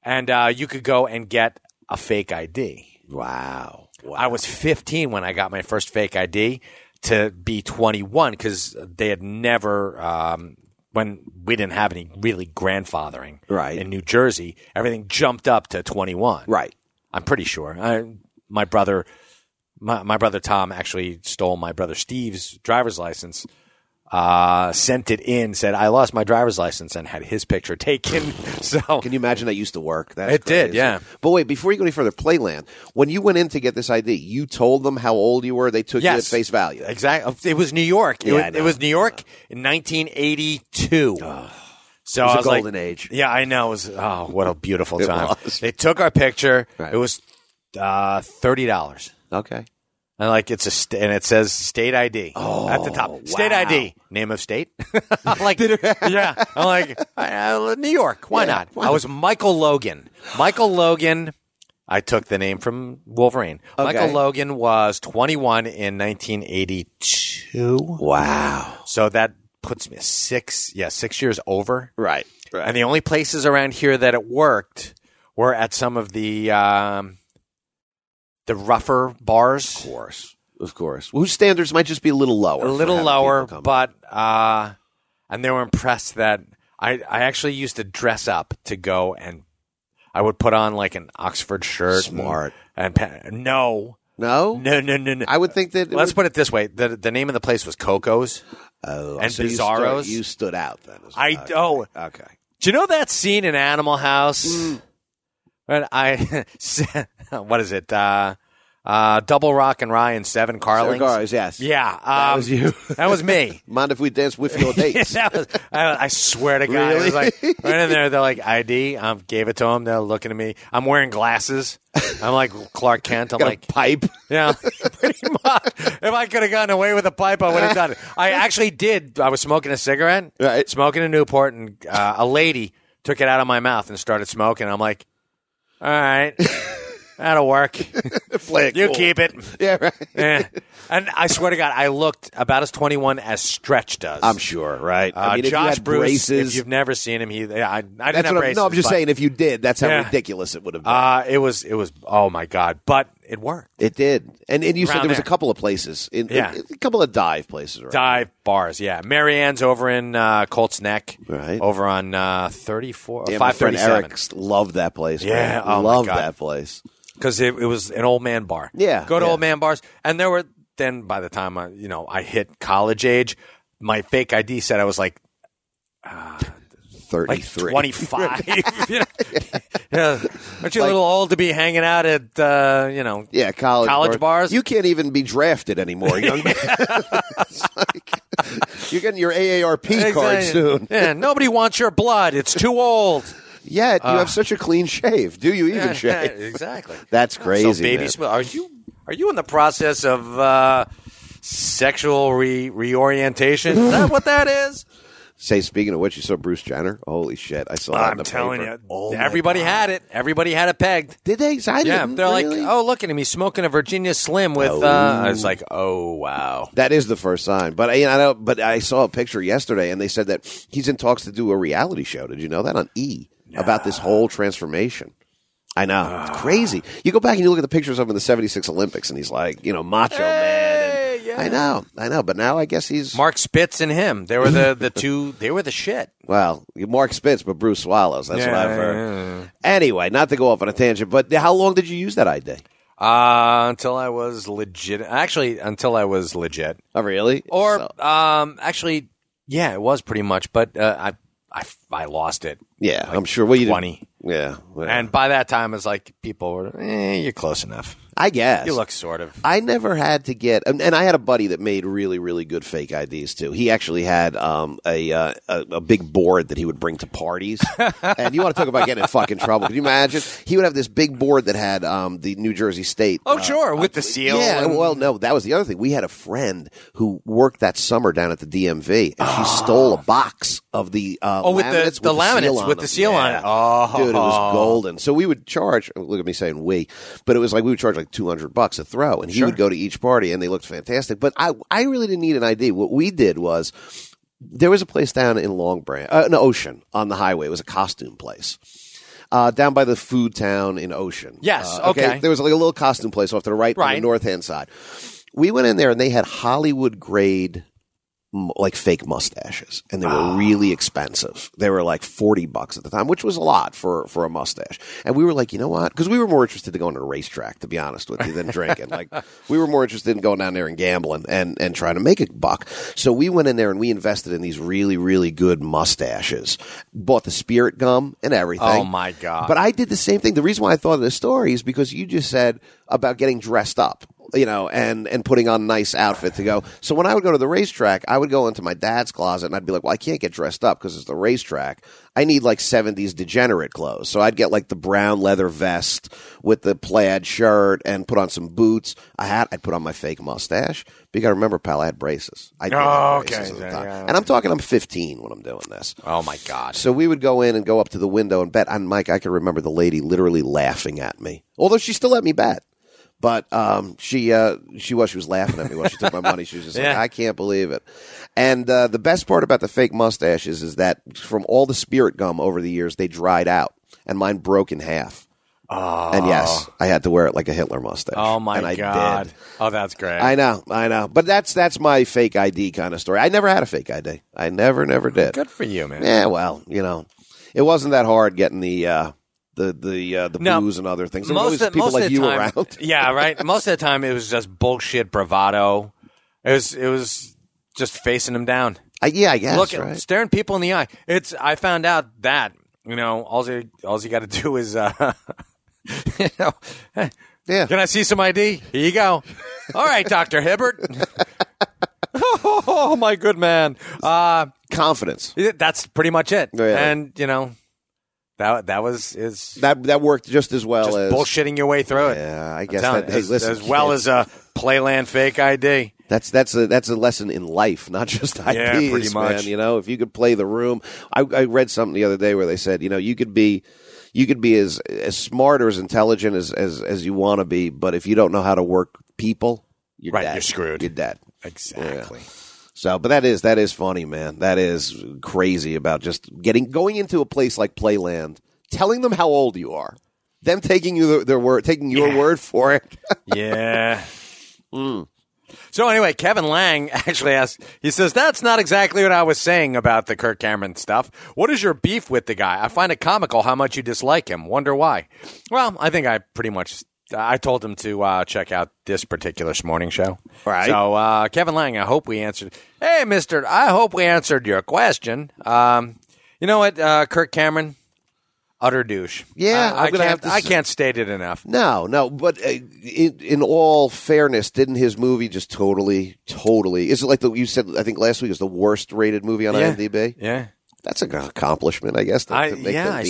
[SPEAKER 3] and uh, you could go and get a fake ID.
[SPEAKER 2] Wow.
[SPEAKER 3] I was 15 when I got my first fake ID to be 21 because they had never um, when we didn't have any really grandfathering
[SPEAKER 2] Right.
[SPEAKER 3] in New Jersey. Everything jumped up to 21.
[SPEAKER 2] Right.
[SPEAKER 3] I'm pretty sure. I, my brother, my, my brother Tom actually stole my brother Steve's driver's license. Uh, sent it in, said I lost my driver's license and had his picture taken. So
[SPEAKER 2] Can you imagine that used to work? That's
[SPEAKER 3] It did,
[SPEAKER 2] crazy.
[SPEAKER 3] yeah.
[SPEAKER 2] But wait, before you go any further, Playland, when you went in to get this ID, you told them how old you were. They took you at
[SPEAKER 3] yes,
[SPEAKER 2] face value.
[SPEAKER 3] Exactly. It was New York. It,
[SPEAKER 2] Yeah,
[SPEAKER 3] was,
[SPEAKER 2] I
[SPEAKER 3] it
[SPEAKER 2] know.
[SPEAKER 3] was New York in 1982. So
[SPEAKER 2] It was
[SPEAKER 3] I
[SPEAKER 2] a
[SPEAKER 3] was like-
[SPEAKER 2] golden age.
[SPEAKER 3] Yeah, I know. It was oh, what a beautiful
[SPEAKER 2] It
[SPEAKER 3] time.
[SPEAKER 2] was.
[SPEAKER 3] They took our picture.
[SPEAKER 2] Right.
[SPEAKER 3] It was uh, thirty dollars.
[SPEAKER 2] Okay.
[SPEAKER 3] And like it's a st- and it says state ID at the top. State
[SPEAKER 2] wow.
[SPEAKER 3] ID, name of state. I'm Oh, like, yeah. I'm like, uh, New York. Why not? I was Michael Logan. Michael Logan. I took the name from Wolverine. Michael
[SPEAKER 2] Okay.
[SPEAKER 3] Logan was 21 in 1982.
[SPEAKER 2] Wow.
[SPEAKER 3] So that puts me six, yeah, six years over.
[SPEAKER 2] Right. Right.
[SPEAKER 3] And the only places around here that it worked were at some of the um, the rougher bars.
[SPEAKER 2] Of course. Of course. Whose standards might just be a little lower.
[SPEAKER 3] a
[SPEAKER 2] for
[SPEAKER 3] little
[SPEAKER 2] having
[SPEAKER 3] lower,
[SPEAKER 2] people come.
[SPEAKER 3] but uh, and they were impressed that I I actually used to dress up to go and I would put on like an Oxford shirt, and-
[SPEAKER 2] Smart.
[SPEAKER 3] and, pa- no,
[SPEAKER 2] no?
[SPEAKER 3] no, no, no, no.
[SPEAKER 2] I would think that. it
[SPEAKER 3] Let's
[SPEAKER 2] would-
[SPEAKER 3] put it this way: the the name of the place was Coco's.
[SPEAKER 2] oh,
[SPEAKER 3] and
[SPEAKER 2] so you stood-
[SPEAKER 3] Bizarros.
[SPEAKER 2] You stood out then. is-
[SPEAKER 3] I
[SPEAKER 2] okay.
[SPEAKER 3] oh,
[SPEAKER 2] Okay.
[SPEAKER 3] do you know that scene in Animal House?
[SPEAKER 2] Mm.
[SPEAKER 3] When I what is it? Uh, uh, Double Rock and Ryan Seven Carlings.
[SPEAKER 2] Cigars, yes.
[SPEAKER 3] Yeah, um,
[SPEAKER 2] That was you.
[SPEAKER 3] that was me.
[SPEAKER 2] Mind if we dance with your dates?
[SPEAKER 3] that was, I, I swear to God, it was like right in there. They're like ID. I um, gave it to them. They're looking at me. I'm wearing glasses. I'm like Clark Kent. I'm
[SPEAKER 2] Got
[SPEAKER 3] like,
[SPEAKER 2] a pipe.
[SPEAKER 3] yeah, pretty much. If I could have gotten away with a pipe, I would have done it. I actually did. I was smoking a cigarette,
[SPEAKER 2] Right.
[SPEAKER 3] smoking a Newport, and uh, a lady took it out of my mouth and started smoking. I'm like, all right, that'll work.
[SPEAKER 2] Play it
[SPEAKER 3] You
[SPEAKER 2] cool.
[SPEAKER 3] keep it.
[SPEAKER 2] Yeah, right.
[SPEAKER 3] Eh. And I swear to God, I looked about as 21 as Stretch does.
[SPEAKER 2] I'm sure, right?
[SPEAKER 3] Uh,
[SPEAKER 2] I mean, if you
[SPEAKER 3] Josh
[SPEAKER 2] had
[SPEAKER 3] Bruce, if
[SPEAKER 2] braces,
[SPEAKER 3] you've never seen him, he I, I didn't
[SPEAKER 2] that's
[SPEAKER 3] have
[SPEAKER 2] what I'm,
[SPEAKER 3] braces.
[SPEAKER 2] no, I'm just
[SPEAKER 3] but,
[SPEAKER 2] saying, if you did, that's how
[SPEAKER 3] Yeah.
[SPEAKER 2] ridiculous it would have been.
[SPEAKER 3] Uh, it was it was oh my god, but it worked.
[SPEAKER 2] it did, and and you said
[SPEAKER 3] around
[SPEAKER 2] there was a
[SPEAKER 3] there.
[SPEAKER 2] couple of places, in, in-
[SPEAKER 3] Yeah.
[SPEAKER 2] in a couple of dive places, right?
[SPEAKER 3] Dive bars, yeah. Marianne's over in uh, Colts Neck,
[SPEAKER 2] Right.
[SPEAKER 3] Over on uh, thirty four,
[SPEAKER 2] Yeah, my
[SPEAKER 3] five
[SPEAKER 2] friend
[SPEAKER 3] thirty seven,
[SPEAKER 2] Eric loved that place.
[SPEAKER 3] Yeah,
[SPEAKER 2] man.
[SPEAKER 3] oh my
[SPEAKER 2] loved
[SPEAKER 3] God.
[SPEAKER 2] that place.
[SPEAKER 3] because it, it was an old man bar.
[SPEAKER 2] Yeah,
[SPEAKER 3] go to
[SPEAKER 2] yeah.
[SPEAKER 3] old man bars, and there were then by the time I, you know I hit college age, my fake ID said I was like like
[SPEAKER 2] Thirty-three.
[SPEAKER 3] 25. you know? yeah. Aren't you a little old to be hanging out at, uh, you know,
[SPEAKER 2] yeah, college
[SPEAKER 3] college bars?
[SPEAKER 2] You can't even be drafted anymore, young man. It's like, you're getting your AARP card
[SPEAKER 3] Exactly.
[SPEAKER 2] soon.
[SPEAKER 3] Yeah, nobody wants your blood. It's too old.
[SPEAKER 2] Yet you have such a clean shave. Do you even shave?
[SPEAKER 3] exactly.
[SPEAKER 2] That's crazy.
[SPEAKER 3] so, baby,
[SPEAKER 2] man.
[SPEAKER 3] Smith, are you are you in the process of uh, sexual re- reorientation? Is that what that is?
[SPEAKER 2] Say, speaking of which, you saw Bruce Jenner. Holy shit! I saw. that in
[SPEAKER 3] I'm
[SPEAKER 2] the
[SPEAKER 3] telling
[SPEAKER 2] paper.
[SPEAKER 3] you, everybody had it. Everybody had it pegged.
[SPEAKER 2] Did they? I
[SPEAKER 3] Yeah,
[SPEAKER 2] didn't,
[SPEAKER 3] they're
[SPEAKER 2] really?
[SPEAKER 3] like, oh, look at him. He's smoking a Virginia Slim with. Uh, I was like, oh wow.
[SPEAKER 2] That is the first sign, but I, I know. But I saw a picture yesterday, and they said that he's in talks to do a reality show. Did you know that on E about this whole transformation? I know
[SPEAKER 3] Ah.
[SPEAKER 2] it's crazy. You go back and you look at the pictures of him in the '76 Olympics, and he's like, you know, macho man. And, I know, I know. But now I guess he's
[SPEAKER 3] Mark Spitz and him. They were the, the two. They were the shit.
[SPEAKER 2] well, Mark Spitz, but Bruce Swallows. That's what I've heard. Anyway, not to go off on a tangent, but how long did you use that ID?
[SPEAKER 3] Uh, until I was legit. Actually, until I was legit.
[SPEAKER 2] Oh, really?
[SPEAKER 3] Or
[SPEAKER 2] So-
[SPEAKER 3] um, actually, yeah, it was pretty much. But uh, I, I, I lost it.
[SPEAKER 2] yeah, I'm sure. Well, you didn't-
[SPEAKER 3] 20.
[SPEAKER 2] Yeah, well,
[SPEAKER 3] And by that time, it's like people were, eh, you're close enough.
[SPEAKER 2] I guess.
[SPEAKER 3] You look sort of.
[SPEAKER 2] I never had to get, and, and I had a buddy that made really, really good fake IDs too. He actually had um, a, uh, a a big board that he would bring to parties, and you want to talk about getting in fucking trouble? Can you imagine? He would have this big board that had um, the New Jersey State.
[SPEAKER 3] Oh,
[SPEAKER 2] uh,
[SPEAKER 3] sure, with the seal.
[SPEAKER 2] yeah,
[SPEAKER 3] and-
[SPEAKER 2] well, no, that was the other thing. We had a friend who worked that summer down at the DMV, and she stole a box of the uh,
[SPEAKER 3] Ah. Oh, with the-
[SPEAKER 2] laminates
[SPEAKER 3] the
[SPEAKER 2] seal
[SPEAKER 3] laminates with
[SPEAKER 2] them.
[SPEAKER 3] the seal on
[SPEAKER 2] Yeah.
[SPEAKER 3] it. Oh.
[SPEAKER 2] dude, it was golden. So we would charge. Look at me saying we, but it was like we would charge like two hundred bucks a throw, and he would go to each party, and they looked fantastic. But I, I really didn't need an ID. What we did was. There was a place down in Long Branch, uh, an Ocean on the highway. It was a costume place uh, down by the food town in Ocean.
[SPEAKER 3] Yes,
[SPEAKER 2] Uh,
[SPEAKER 3] okay.
[SPEAKER 2] There was like a little costume place off to the right, on the
[SPEAKER 3] Right.
[SPEAKER 2] north hand side. We went in there and they had Hollywood grade m- like fake mustaches and they were
[SPEAKER 3] Ah.
[SPEAKER 2] really expensive. They were like 40 bucks at the time, which was a lot for, for a mustache. And we were like, you know what? Cause we were more interested in going to the racetrack, to be honest with you, than drinking. like we were more interested in going down there and gambling and, and trying to make a buck. So we went in there and we invested in these really, really good mustaches, bought the spirit gum and everything.
[SPEAKER 3] Oh, my God.
[SPEAKER 2] But I did the same thing. The reason why I thought of this story is because you just said about getting dressed up, you know, and and putting on a nice outfit to go. So when I would go to the racetrack, I would go into my dad's closet and I'd be like, "Well, I can't get dressed up because it's the racetrack. I need like '70s degenerate clothes." So I'd get like the brown leather vest with the plaid shirt and put on some boots, a hat. I'd put on my fake mustache. But you got to remember, pal, I had braces. I did
[SPEAKER 3] Oh,
[SPEAKER 2] have
[SPEAKER 3] okay.
[SPEAKER 2] braces at the
[SPEAKER 3] Yeah,
[SPEAKER 2] time.
[SPEAKER 3] yeah.
[SPEAKER 2] and I'm talking, I'm 15 when I'm doing this.
[SPEAKER 3] oh my God.
[SPEAKER 2] So we would go in and go up to the window and bet. And Mike, I can remember the lady literally laughing at me, although she still let me bet. But um, she uh, she was she was laughing at me while she took my money. She was just like,
[SPEAKER 3] Yeah.
[SPEAKER 2] I can't believe it. And uh, the best part about the fake mustaches is that from all the spirit gum over the years, they dried out, and mine broke in half. And yes, I had to wear it like a Hitler mustache.
[SPEAKER 3] Oh my
[SPEAKER 2] Oh. and I
[SPEAKER 3] God.
[SPEAKER 2] Did.
[SPEAKER 3] Oh, that's great.
[SPEAKER 2] I know, I know. But that's that's my fake ID kind of story. I never had a fake ID. I never, never did.
[SPEAKER 3] Good for you, man.
[SPEAKER 2] Yeah, well, you know, it wasn't that hard getting the uh, the the uh, the
[SPEAKER 3] No.
[SPEAKER 2] booze and other things. There were
[SPEAKER 3] most
[SPEAKER 2] always
[SPEAKER 3] of,
[SPEAKER 2] people
[SPEAKER 3] most
[SPEAKER 2] like
[SPEAKER 3] of the
[SPEAKER 2] you
[SPEAKER 3] time,
[SPEAKER 2] around.
[SPEAKER 3] yeah, right. Most of the time, it was just bullshit bravado. It was it was just facing them down,
[SPEAKER 2] I, yeah, I guess.
[SPEAKER 3] look,
[SPEAKER 2] right?
[SPEAKER 3] staring people in the eye. It's I found out that you know all you all you got to do is uh, you know. "Hey,
[SPEAKER 2] Yeah.
[SPEAKER 3] Can I see some ID? Here you go. All right, Doctor Hibbert. oh my good man. Uh,
[SPEAKER 2] Confidence
[SPEAKER 3] that's pretty much it.
[SPEAKER 2] Yeah.
[SPEAKER 3] And you know that that was is
[SPEAKER 2] that that worked just as well
[SPEAKER 3] just
[SPEAKER 2] as
[SPEAKER 3] bullshitting your way through it.
[SPEAKER 2] Yeah, I
[SPEAKER 3] I'm
[SPEAKER 2] guess
[SPEAKER 3] telling
[SPEAKER 2] that-
[SPEAKER 3] you,
[SPEAKER 2] hey,
[SPEAKER 3] as,
[SPEAKER 2] listen,
[SPEAKER 3] as well
[SPEAKER 2] kid.
[SPEAKER 3] as a playland fake ID.
[SPEAKER 2] That's that's a that's a lesson in life, not just IDs,
[SPEAKER 3] Yeah, pretty much.
[SPEAKER 2] man. You know, if you could play the room, I, I read something the other day where they said, you know, you could be, you could be as as smart or as intelligent as as, as you want to be, but if you don't know how to work people, you're
[SPEAKER 3] Right,
[SPEAKER 2] dead.
[SPEAKER 3] you're screwed.
[SPEAKER 2] You're dead.
[SPEAKER 3] Exactly.
[SPEAKER 2] So, but that is that is funny, man. That is crazy about just getting going into a place like Playland, telling them how old you are, them taking you their, their word, taking your word for it.
[SPEAKER 3] Yeah. Hmm. So anyway, Kevin Lang actually asked. He says, "That's not exactly what I was saying about the Kirk Cameron stuff. What is your beef with the guy? I find it comical how much you dislike him. Wonder why? Well, I think I pretty much." I told him to uh, check out this particular morning show.
[SPEAKER 2] Right.
[SPEAKER 3] So, uh, Kevin Lang, I hope we answered. Hey, Mister, I hope we answered your question. Um, you know what, uh, Kirk Cameron, utter douche.
[SPEAKER 2] Yeah,
[SPEAKER 3] I-
[SPEAKER 2] I'm gonna
[SPEAKER 3] I, can't.
[SPEAKER 2] have to
[SPEAKER 3] I
[SPEAKER 2] s-
[SPEAKER 3] can't state it enough.
[SPEAKER 2] No, no, but uh, in, in all fairness, didn't his movie just totally, totally? Is it like the you said? I think last week is the worst rated movie on
[SPEAKER 3] Yeah.
[SPEAKER 2] IMDb.
[SPEAKER 3] Yeah.
[SPEAKER 2] That's an accomplishment, I guess. to-
[SPEAKER 3] I-
[SPEAKER 2] to make
[SPEAKER 3] yeah,
[SPEAKER 2] the-
[SPEAKER 3] I
[SPEAKER 2] the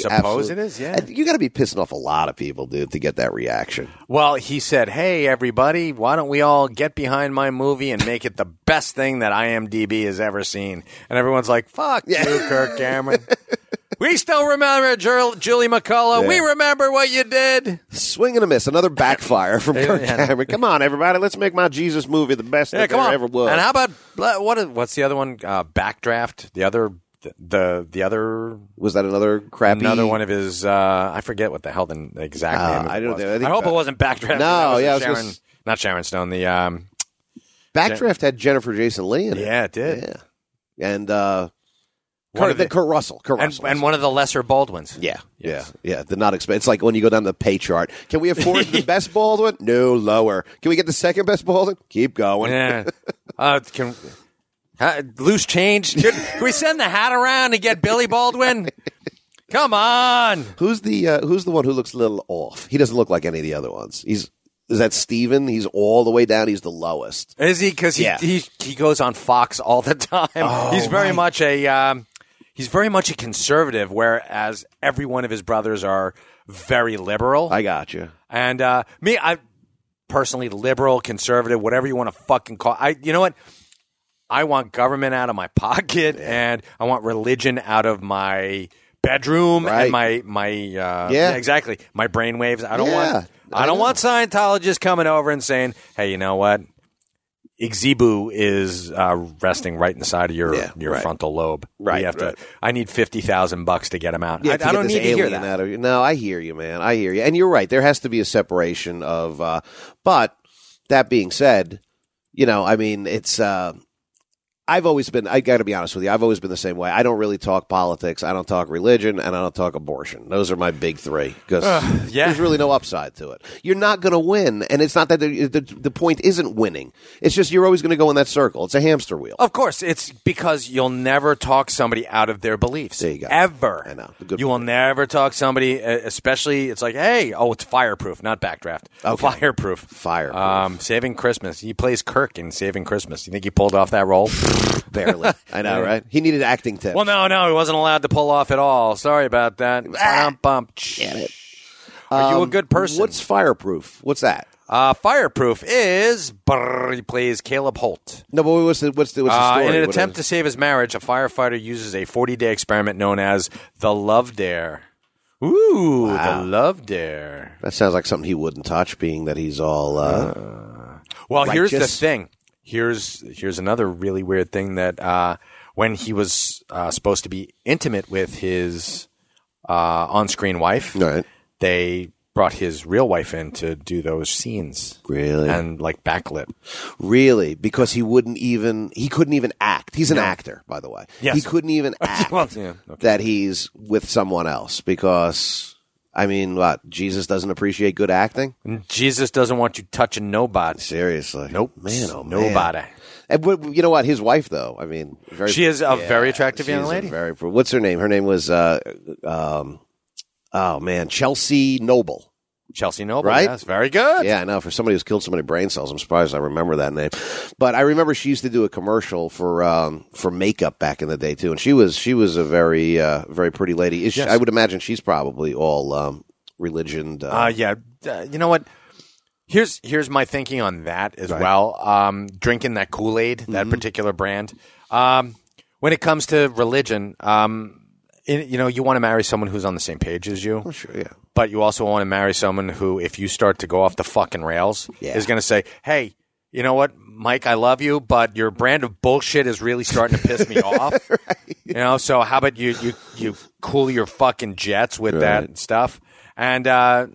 [SPEAKER 2] absolute-
[SPEAKER 3] suppose it is, yeah.
[SPEAKER 2] And you got to be pissing off a lot of people, dude, to get that reaction.
[SPEAKER 3] Well, he said, "Hey, everybody, why don't we all get behind my movie and make it the best thing that IMDb has ever seen?" And everyone's like, "Fuck you, Kirk Cameron." we still remember Jul- Julie McCullough.
[SPEAKER 2] Yeah.
[SPEAKER 3] We remember what you did.
[SPEAKER 2] Swing and a miss, another backfire from Kirk Cameron. Come on, everybody, let's make my Jesus movie the best
[SPEAKER 3] Yeah,
[SPEAKER 2] that
[SPEAKER 3] come
[SPEAKER 2] there
[SPEAKER 3] on.
[SPEAKER 2] ever was.
[SPEAKER 3] And how about what? Is, what's the other one? Uh, Backdraft. The other. The the other
[SPEAKER 2] was that another crappy?
[SPEAKER 3] another one of his uh, I forget what the hell the exact
[SPEAKER 2] Uh,
[SPEAKER 3] name of it
[SPEAKER 2] I don't
[SPEAKER 3] was.
[SPEAKER 2] know. I think
[SPEAKER 3] hope
[SPEAKER 2] that-
[SPEAKER 3] it wasn't backdraft.
[SPEAKER 2] No,
[SPEAKER 3] That was
[SPEAKER 2] yeah, I was
[SPEAKER 3] Sharon,
[SPEAKER 2] gonna s-
[SPEAKER 3] not Sharon Stone. The um,
[SPEAKER 2] Backdraft had Jennifer Jason Leigh in it.
[SPEAKER 3] yeah, it did.
[SPEAKER 2] yeah, and uh,
[SPEAKER 3] One
[SPEAKER 2] Kurt,
[SPEAKER 3] of the-
[SPEAKER 2] the, Kurt Russell, Kurt
[SPEAKER 3] and,
[SPEAKER 2] Russell,
[SPEAKER 3] and one of the lesser Baldwins.
[SPEAKER 2] Yeah,
[SPEAKER 3] Yes.
[SPEAKER 2] yeah, yeah. The not expensive. It's like when you go down the pay chart. Can we afford the best Baldwin? No, lower. Can we get the second best Baldwin? Keep going.
[SPEAKER 3] Yeah. Uh, can ha- loose change? Can, can we send the hat around and get Billy Baldwin? Come on.
[SPEAKER 2] Who's the uh, Who's the one who looks a little off? He doesn't look like any of the other ones. He's is that Steven? He's all the way down. He's the lowest.
[SPEAKER 3] Is he? Because he,
[SPEAKER 2] Yeah. Oh,
[SPEAKER 3] he he goes on Fox all the time. he's very
[SPEAKER 2] right.
[SPEAKER 3] much a um, he's very much a conservative, whereas every one of his brothers are very liberal.
[SPEAKER 2] I got you.
[SPEAKER 3] and uh, me, I personally liberal, conservative, whatever you want to fucking call. I you know what? I want government out of my pocket, and I want religion out of my bedroom
[SPEAKER 2] Right.
[SPEAKER 3] and my my uh,
[SPEAKER 2] Yeah.
[SPEAKER 3] exactly my brainwaves. I don't
[SPEAKER 2] Yeah,
[SPEAKER 3] want
[SPEAKER 2] I
[SPEAKER 3] I don't
[SPEAKER 2] know.
[SPEAKER 3] want Scientologists coming over and saying, "Hey, you know what? Exebu is uh, resting right inside of your
[SPEAKER 2] Yeah,
[SPEAKER 3] your
[SPEAKER 2] right.
[SPEAKER 3] frontal lobe. We
[SPEAKER 2] Right,
[SPEAKER 3] have to-
[SPEAKER 2] right.
[SPEAKER 3] I need fifty thousand bucks to get him out.
[SPEAKER 2] Yeah,
[SPEAKER 3] I,
[SPEAKER 2] to
[SPEAKER 3] I
[SPEAKER 2] get
[SPEAKER 3] don't
[SPEAKER 2] this
[SPEAKER 3] need to hear
[SPEAKER 2] alien
[SPEAKER 3] that.
[SPEAKER 2] out of you. No, I hear you, man. I hear you, and you're right. There has to be a separation of. Uh, but that being said, you know, I mean, it's. Uh, I've always been. I got to be honest with you. I've always been the same way. I don't really talk politics. I don't talk religion, and I don't talk abortion. Those are my big three because
[SPEAKER 3] yeah.
[SPEAKER 2] there's really no upside to it. You're not going to win, and it's not that the, the the point isn't winning. It's just you're always going to go in that circle. It's a hamster wheel.
[SPEAKER 3] Of course, it's because you'll never talk somebody out of their beliefs.
[SPEAKER 2] There you go.
[SPEAKER 3] Ever.
[SPEAKER 2] I know. Good
[SPEAKER 3] you will never talk somebody, e- especially it's like, hey, oh, it's fireproof, not backdraft.
[SPEAKER 2] Okay.
[SPEAKER 3] Fireproof.
[SPEAKER 2] Fireproof.
[SPEAKER 3] Um, Saving Christmas. He plays Kirk in Saving Christmas. You think he pulled off that role?
[SPEAKER 2] Barely. I know, right? He needed acting tips.
[SPEAKER 3] well, no, no, he wasn't allowed to pull off at all. Sorry about that.
[SPEAKER 2] Ah!
[SPEAKER 3] Bump, bump. Are you a good person?
[SPEAKER 2] Um, What's fireproof? What's that?
[SPEAKER 3] uh, fireproof is brrr, he plays Caleb Holt.
[SPEAKER 2] No, but what's the what's the, what's the
[SPEAKER 3] Uh,
[SPEAKER 2] story?
[SPEAKER 3] in an
[SPEAKER 2] What
[SPEAKER 3] attempt to
[SPEAKER 2] is-
[SPEAKER 3] save his marriage, a firefighter uses a 40 day experiment known as the Love Dare. Ooh, the Love Dare.
[SPEAKER 2] that sounds like something he wouldn't touch, being that he's all. Uh,
[SPEAKER 3] Well, here's
[SPEAKER 2] Righteous.
[SPEAKER 3] the thing. Here's here's another really weird thing that uh, when he was uh, supposed to be intimate with his uh, on screen wife,
[SPEAKER 2] all right,
[SPEAKER 3] they brought his real wife in to do those scenes
[SPEAKER 2] really,
[SPEAKER 3] and like backlit.
[SPEAKER 2] really, because he wouldn't even he couldn't even act. He's an actor, by the way.
[SPEAKER 3] Yes.
[SPEAKER 2] he couldn't even act
[SPEAKER 3] Well, yeah, okay.
[SPEAKER 2] that he's with someone else because. I mean, what? Jesus doesn't appreciate good acting?
[SPEAKER 3] Jesus doesn't want you touching nobody.
[SPEAKER 2] Seriously.
[SPEAKER 3] Nope,
[SPEAKER 2] Man, oh, man.
[SPEAKER 3] nobody.
[SPEAKER 2] And what- you know what? His wife, though. I mean, very,
[SPEAKER 3] She is a very attractive
[SPEAKER 2] She's
[SPEAKER 3] young
[SPEAKER 2] a
[SPEAKER 3] lady.
[SPEAKER 2] Very. What's her name? Her name was, uh, um, oh man, Chelsea Noble.
[SPEAKER 3] Chelsea Noble,
[SPEAKER 2] Right?
[SPEAKER 3] Yes, very good.
[SPEAKER 2] Yeah, I know. For somebody who's killed so many brain cells, I'm surprised I remember that name. But I remember she used to do a commercial for um, for makeup back in the day too, and she was she was a very uh, very pretty lady. Is she-
[SPEAKER 3] Yes.
[SPEAKER 2] I would imagine she's probably all um, religion. Uh,
[SPEAKER 3] Uh, yeah. Uh, you know what? Here's here's my thinking on that as
[SPEAKER 2] Right. Mm-hmm.
[SPEAKER 3] well. Um, drinking that Kool Aid, that particular brand. Um, when it comes to religion, um, it, you know, you want to marry someone who's on the same page as you,
[SPEAKER 2] sure, yeah.
[SPEAKER 3] but you also want to marry someone who, if you start to go off the fucking rails,
[SPEAKER 2] Yeah.
[SPEAKER 3] is going to say, "Hey, you know what, Mike? I love you, but your brand of bullshit is really starting to piss me off." You know, so how about you you you cool your fucking jets with that stuff? And uh,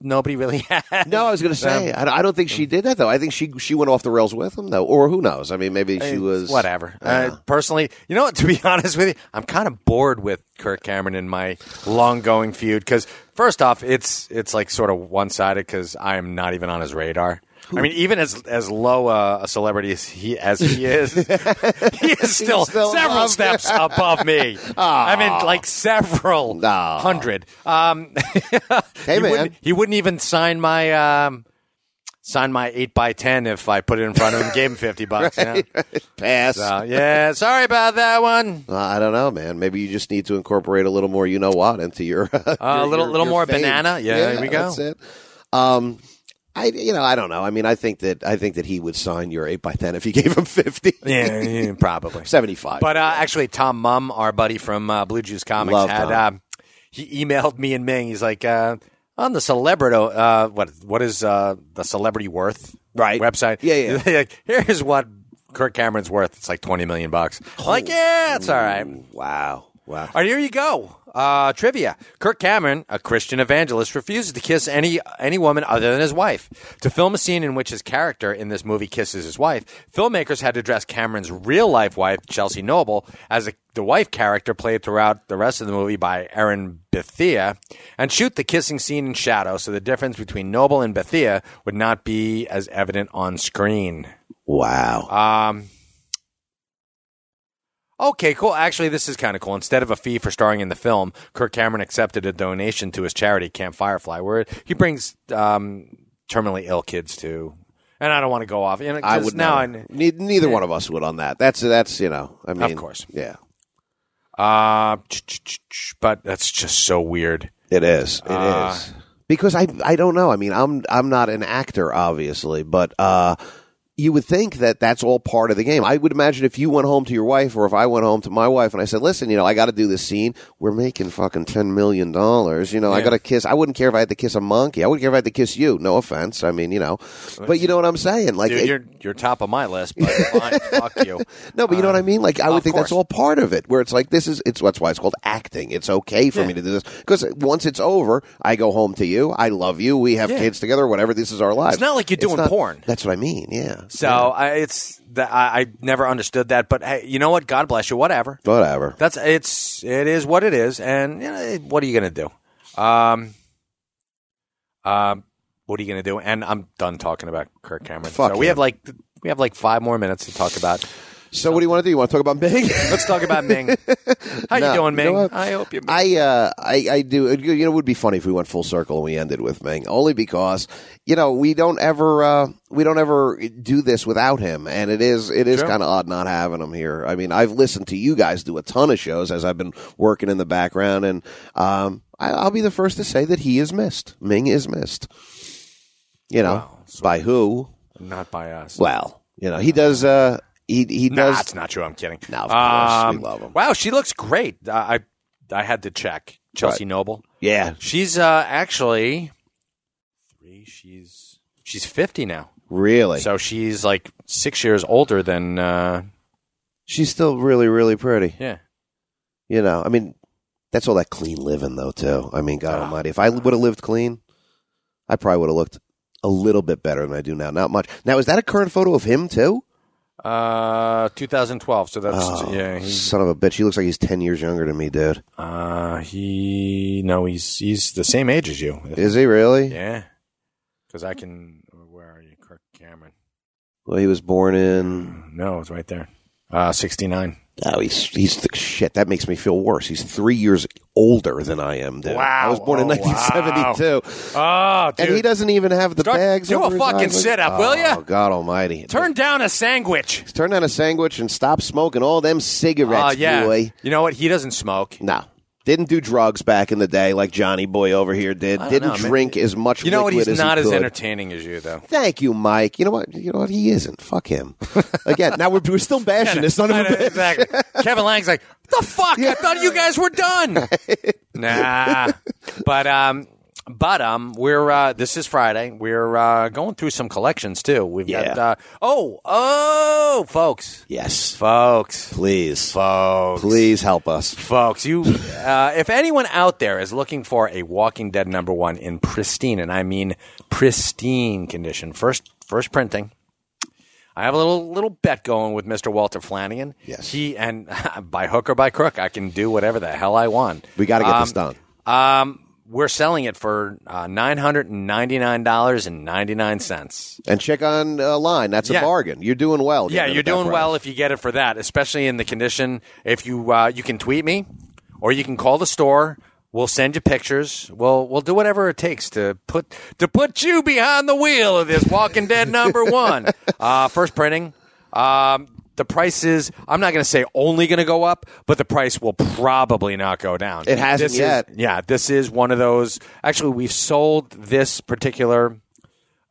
[SPEAKER 3] nobody really has.
[SPEAKER 2] No, I was going to say I, don't- I don't think
[SPEAKER 3] mm.
[SPEAKER 2] she did that though. I think she she went off the rails with him though, or who knows? I mean, maybe she was
[SPEAKER 3] whatever. Uh, personally, you know what? To be honest with you, I'm kind of bored with Kirk Cameron and my long going feud because first off, it's it's like sort of one sided because I am not even on his radar. I mean, even as as low a, a celebrity as he as he is, he is still,
[SPEAKER 2] still
[SPEAKER 3] several
[SPEAKER 2] above
[SPEAKER 3] steps above me. I mean, like several
[SPEAKER 2] Aw.
[SPEAKER 3] hundred. Um,
[SPEAKER 2] Hey
[SPEAKER 3] he
[SPEAKER 2] man,
[SPEAKER 3] Wouldn't, he wouldn't even sign my um, sign my eight by ten if I put it in front of him. and Gave him fifty bucks. you know?
[SPEAKER 2] pass.
[SPEAKER 3] So, yeah, sorry about that one.
[SPEAKER 2] Uh, I don't know, man. Maybe you just need to incorporate a little more, you know what, into your a
[SPEAKER 3] Uh, a little- little more banana. Yeah, there we go.
[SPEAKER 2] That's it. Um, I you know I don't know. I mean, I think that I think that he would sign your eight by ten if you gave him fifty.
[SPEAKER 3] Yeah, yeah, probably.
[SPEAKER 2] seventy five.
[SPEAKER 3] But uh, actually, Tom Mum, our buddy from uh, Blue Juice Comics,
[SPEAKER 2] Love
[SPEAKER 3] had
[SPEAKER 2] Tom.
[SPEAKER 3] um, he emailed me and Ming. He's like, uh, on the celebrity, uh, what what is uh, the celebrity worth?
[SPEAKER 2] Right.
[SPEAKER 3] website.
[SPEAKER 2] Yeah, yeah.
[SPEAKER 3] He's like, Here's what Kirk Cameron's worth. It's like twenty million bucks. I'm like, yeah, it's all right.
[SPEAKER 2] wow, wow.
[SPEAKER 3] All right, here you go. Uh, trivia: Kirk Cameron, a Christian evangelist, refuses to kiss any any woman other than his wife. To film a scene in which his character in this movie kisses his wife, filmmakers had to dress Cameron's real life wife, Chelsea Noble, as a, the wife character played throughout the rest of the movie by Erin Bethia, and shoot the kissing scene in shadow, so the difference between Noble and Bethia would not be as evident on screen.
[SPEAKER 2] Wow.
[SPEAKER 3] Um, okay, cool. Actually, this is kind of cool. Instead of a fee for starring in the film, Kirk Cameron accepted a donation to his charity, Camp Firefly, where he brings um, terminally ill kids too. And I don't want to go off. You know,
[SPEAKER 2] I
[SPEAKER 3] 'cause
[SPEAKER 2] would
[SPEAKER 3] now.
[SPEAKER 2] now.
[SPEAKER 3] I,
[SPEAKER 2] neither one of us would on that. That's that's you know. I mean,
[SPEAKER 3] course.
[SPEAKER 2] yeah,
[SPEAKER 3] Uh, ch- ch- ch- ch- but that's just so weird.
[SPEAKER 2] it is. It is
[SPEAKER 3] Uh,
[SPEAKER 2] because I I don't know. I mean, I'm I'm not an actor, obviously, but uh, you would think that that's all part of the game. I would imagine if you went home to your wife, or if I went home to my wife, and I said, "Listen, you know, I got to do this scene. We're making fucking ten million dollars. You know, I
[SPEAKER 3] Yeah.
[SPEAKER 2] got to kiss. I wouldn't care if I had to kiss a monkey. I wouldn't care if I had to kiss you. No offense. I mean, you know, but you know what I'm saying. Like,
[SPEAKER 3] Dude,
[SPEAKER 2] it-
[SPEAKER 3] you're you're top of my list, but fine, fuck you.
[SPEAKER 2] No, but you know what I mean. Like I
[SPEAKER 3] Um, of
[SPEAKER 2] would think that's
[SPEAKER 3] course.
[SPEAKER 2] all part of it. Where it's like this is it's that's why it's called acting. It's okay for me to do this because once it's over, I go home to you. I love you. We have kids together. Whatever. This is our life.
[SPEAKER 3] It's not like you're doing porn.
[SPEAKER 2] That's what I mean. Yeah.
[SPEAKER 3] So I, it's that I, I never understood that. But hey, you know what? God bless you. Whatever.
[SPEAKER 2] Whatever.
[SPEAKER 3] That's it's it is what it is, and you know, what are you gonna do? Um, um, what are you gonna do? And I'm done talking about Kirk Cameron.
[SPEAKER 2] Fuck
[SPEAKER 3] so we
[SPEAKER 2] him.
[SPEAKER 3] have like we have like five more minutes to talk about.
[SPEAKER 2] So what do you want to do? You want to talk about Bing?
[SPEAKER 3] Let's talk about Ming. How
[SPEAKER 2] No,
[SPEAKER 3] you doing,
[SPEAKER 2] you know
[SPEAKER 3] Ming?
[SPEAKER 2] what?
[SPEAKER 3] I hope you.
[SPEAKER 2] I, uh, I I do. You know, it would be funny if we went full circle and we ended with Ming, only because you know we don't ever uh, we don't ever do this without him, and it is it is
[SPEAKER 3] Sure.
[SPEAKER 2] kind of odd not having him here. I mean, I've listened to you guys do a ton of shows as I've been working in the background, and um, I, I'll be the first to say that he is missed. Ming is missed. You know,
[SPEAKER 3] Wow, so-
[SPEAKER 2] by who?
[SPEAKER 3] Not by us.
[SPEAKER 2] Well, you know, he does. Uh, he he
[SPEAKER 3] Nah,
[SPEAKER 2] does.
[SPEAKER 3] it's not true. I'm kidding.
[SPEAKER 2] No, of course. We
[SPEAKER 3] Um,
[SPEAKER 2] love him.
[SPEAKER 3] Wow, she looks great. Uh, I I, I had to check Chelsea Noble.
[SPEAKER 2] Yeah,
[SPEAKER 3] She's uh, actually three. She's she's fifty now,
[SPEAKER 2] really.
[SPEAKER 3] so she's like six years older than. Uh,
[SPEAKER 2] She's still really really pretty.
[SPEAKER 3] yeah,
[SPEAKER 2] You know, I mean, that's all that clean living, though, too. I mean, God
[SPEAKER 3] Ah.
[SPEAKER 2] Almighty, if I would have lived clean, I probably would have looked a little bit better than I do now. Not much. Now, is that a current photo of him too?
[SPEAKER 3] uh, 2012. So that's
[SPEAKER 2] Oh,
[SPEAKER 3] yeah. He,
[SPEAKER 2] son of a bitch. He looks like he's ten years younger than me, dude.
[SPEAKER 3] uh, he no, he's he's the same age as you.
[SPEAKER 2] Is he really?
[SPEAKER 3] Yeah, because I can. Where are you, Kirk Cameron?
[SPEAKER 2] Well, he was born in.
[SPEAKER 3] No, it's right there. Uh, 69.
[SPEAKER 2] Oh, he's he's the shit. That makes me feel worse. He's three years older than I am, dude. I
[SPEAKER 3] Wow.
[SPEAKER 2] was born in
[SPEAKER 3] Oh, wow.
[SPEAKER 2] 1972.
[SPEAKER 3] Oh, dude.
[SPEAKER 2] And he doesn't even have the
[SPEAKER 3] Start-
[SPEAKER 2] bags.
[SPEAKER 3] do a
[SPEAKER 2] over his
[SPEAKER 3] fucking
[SPEAKER 2] eyes.
[SPEAKER 3] sit-up, will ya?
[SPEAKER 2] Oh, God Almighty!
[SPEAKER 3] Turn down a sandwich.
[SPEAKER 2] Turn down a sandwich and stop smoking all them cigarettes,
[SPEAKER 3] Uh, yeah.
[SPEAKER 2] boy.
[SPEAKER 3] You know what? He doesn't smoke.
[SPEAKER 2] No. Didn't do drugs back in the day like Johnny Boy over here did.
[SPEAKER 3] I don't
[SPEAKER 2] Didn't
[SPEAKER 3] know, man.
[SPEAKER 2] drink as much
[SPEAKER 3] You know what?
[SPEAKER 2] liquid
[SPEAKER 3] He's
[SPEAKER 2] as
[SPEAKER 3] not
[SPEAKER 2] he
[SPEAKER 3] as
[SPEAKER 2] could.
[SPEAKER 3] entertaining as you, though.
[SPEAKER 2] Thank you, Mike. You know what? You know what? He isn't. Fuck him. Again, now we're, we're still bashing this son of a
[SPEAKER 3] I know,
[SPEAKER 2] bitch.
[SPEAKER 3] exactly. Kevin Lang's like, the fuck? I thought you guys were done. nah. But um, but um, we're uh, this is Friday. We're uh, going through some collections too. We've got
[SPEAKER 2] Yeah.
[SPEAKER 3] uh, oh oh, folks,
[SPEAKER 2] Yes.
[SPEAKER 3] folks,
[SPEAKER 2] Please.
[SPEAKER 3] folks,
[SPEAKER 2] Please help us.
[SPEAKER 3] folks. You, uh, if anyone out there is looking for a Walking Dead number one in pristine, and I mean pristine condition, first first printing. I have a little little bet going with Mr. Walter Flanagan.
[SPEAKER 2] Yes.
[SPEAKER 3] he and by hook or by crook, I can do whatever the hell I want.
[SPEAKER 2] We got to get
[SPEAKER 3] Um,
[SPEAKER 2] this done.
[SPEAKER 3] Um, we're selling it for uh, nine hundred and ninety nine dollars and ninety nine cents.
[SPEAKER 2] And check on uh, line. That's
[SPEAKER 3] Yeah.
[SPEAKER 2] a bargain. You're doing well.
[SPEAKER 3] Yeah,
[SPEAKER 2] getting it
[SPEAKER 3] you're
[SPEAKER 2] at that
[SPEAKER 3] doing
[SPEAKER 2] price.
[SPEAKER 3] well if you get it for that, especially in the condition. If you uh, you can tweet me, or you can call the store. We'll send you pictures. We'll we'll do whatever it takes to put to put you behind the wheel of this Walking Dead number one. Uh, first printing. Um, the price is. I'm not going to say only going to go up, but the price will probably not go down.
[SPEAKER 2] It hasn't
[SPEAKER 3] This is-
[SPEAKER 2] yet.
[SPEAKER 3] yeah, this is one of those. Actually, we've sold this particular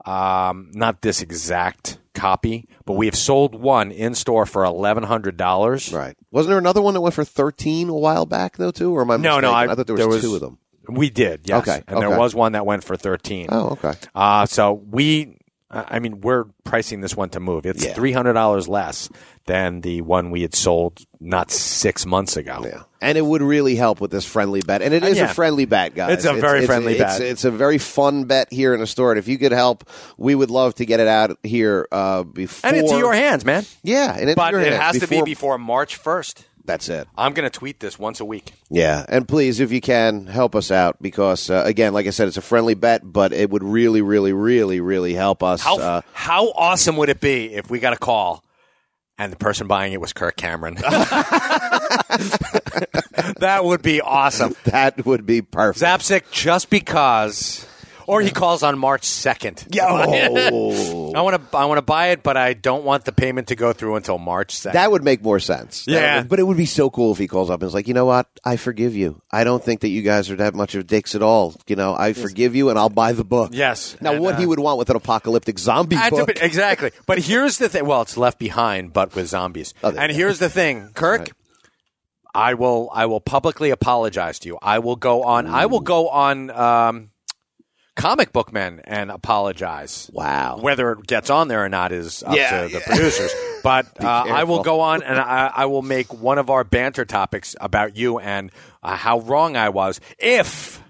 [SPEAKER 3] um, not this exact copy, but we have sold one in store for eleven hundred dollars.
[SPEAKER 2] Right. Wasn't there another one that went for 13 a while back, though, too? Or am I
[SPEAKER 3] No,
[SPEAKER 2] mistaken?
[SPEAKER 3] no, I,
[SPEAKER 2] thought there was, two of them.
[SPEAKER 3] We did, yes.
[SPEAKER 2] Okay,
[SPEAKER 3] and there
[SPEAKER 2] okay.
[SPEAKER 3] was one that went for thirteen.
[SPEAKER 2] Oh, okay.
[SPEAKER 3] Uh, so we, I I mean, we're pricing this one to move. It's
[SPEAKER 2] Yeah.
[SPEAKER 3] three hundred dollars less than the one we had sold not six months ago.
[SPEAKER 2] Yeah. And it would really help with this friendly bet. And it is
[SPEAKER 3] Uh, yeah.
[SPEAKER 2] a friendly bet, guys.
[SPEAKER 3] It's a very friendly
[SPEAKER 2] it's-
[SPEAKER 3] bet.
[SPEAKER 2] It's, a very fun bet here in the store. And if you could help, we would love to get it out here uh, before.
[SPEAKER 3] And it's in your hands, man.
[SPEAKER 2] Yeah. And it's
[SPEAKER 3] But
[SPEAKER 2] your
[SPEAKER 3] it
[SPEAKER 2] hands
[SPEAKER 3] has to
[SPEAKER 2] before-
[SPEAKER 3] be before March first.
[SPEAKER 2] That's it.
[SPEAKER 3] I'm going to tweet this once a week.
[SPEAKER 2] Yeah. And please, if you can, help us out because, uh, again, like I said, it's a friendly bet, but it would really, really, really, really help us.
[SPEAKER 3] How
[SPEAKER 2] uh,
[SPEAKER 3] how awesome would it be if we got a call and the person buying it was Kirk Cameron? that would be awesome.
[SPEAKER 2] that would be perfect.
[SPEAKER 3] Zapsik, just because. Or he calls on March second.
[SPEAKER 2] Yo,
[SPEAKER 3] I want to I want to buy it, but I don't want the payment to go through until March second.
[SPEAKER 2] that would make more sense. That
[SPEAKER 3] Yeah.
[SPEAKER 2] would- but it would be so cool if he calls up and is like, you know what? I forgive you. I don't think that you guys are that much of dicks at all. You know, I forgive you, and I'll buy the book.
[SPEAKER 3] Yes.
[SPEAKER 2] Now,
[SPEAKER 3] And,
[SPEAKER 2] what
[SPEAKER 3] uh,
[SPEAKER 2] he would want with an apocalyptic zombie
[SPEAKER 3] I had to
[SPEAKER 2] book?
[SPEAKER 3] be- exactly. But here's the thing. Well, it's Left Behind, but with zombies.
[SPEAKER 2] Oh, there
[SPEAKER 3] and
[SPEAKER 2] you go.
[SPEAKER 3] here's the thing, Kirk. I will. I will publicly apologize to you. I will go on. I will go on. Um, comic book men and apologize.
[SPEAKER 2] wow.
[SPEAKER 3] Whether it gets on there or not is up
[SPEAKER 2] Yeah,
[SPEAKER 3] to the producers. But uh, I will
[SPEAKER 2] careful.
[SPEAKER 3] go on and I, I will make one of our banter topics about you and uh, how wrong I was. If,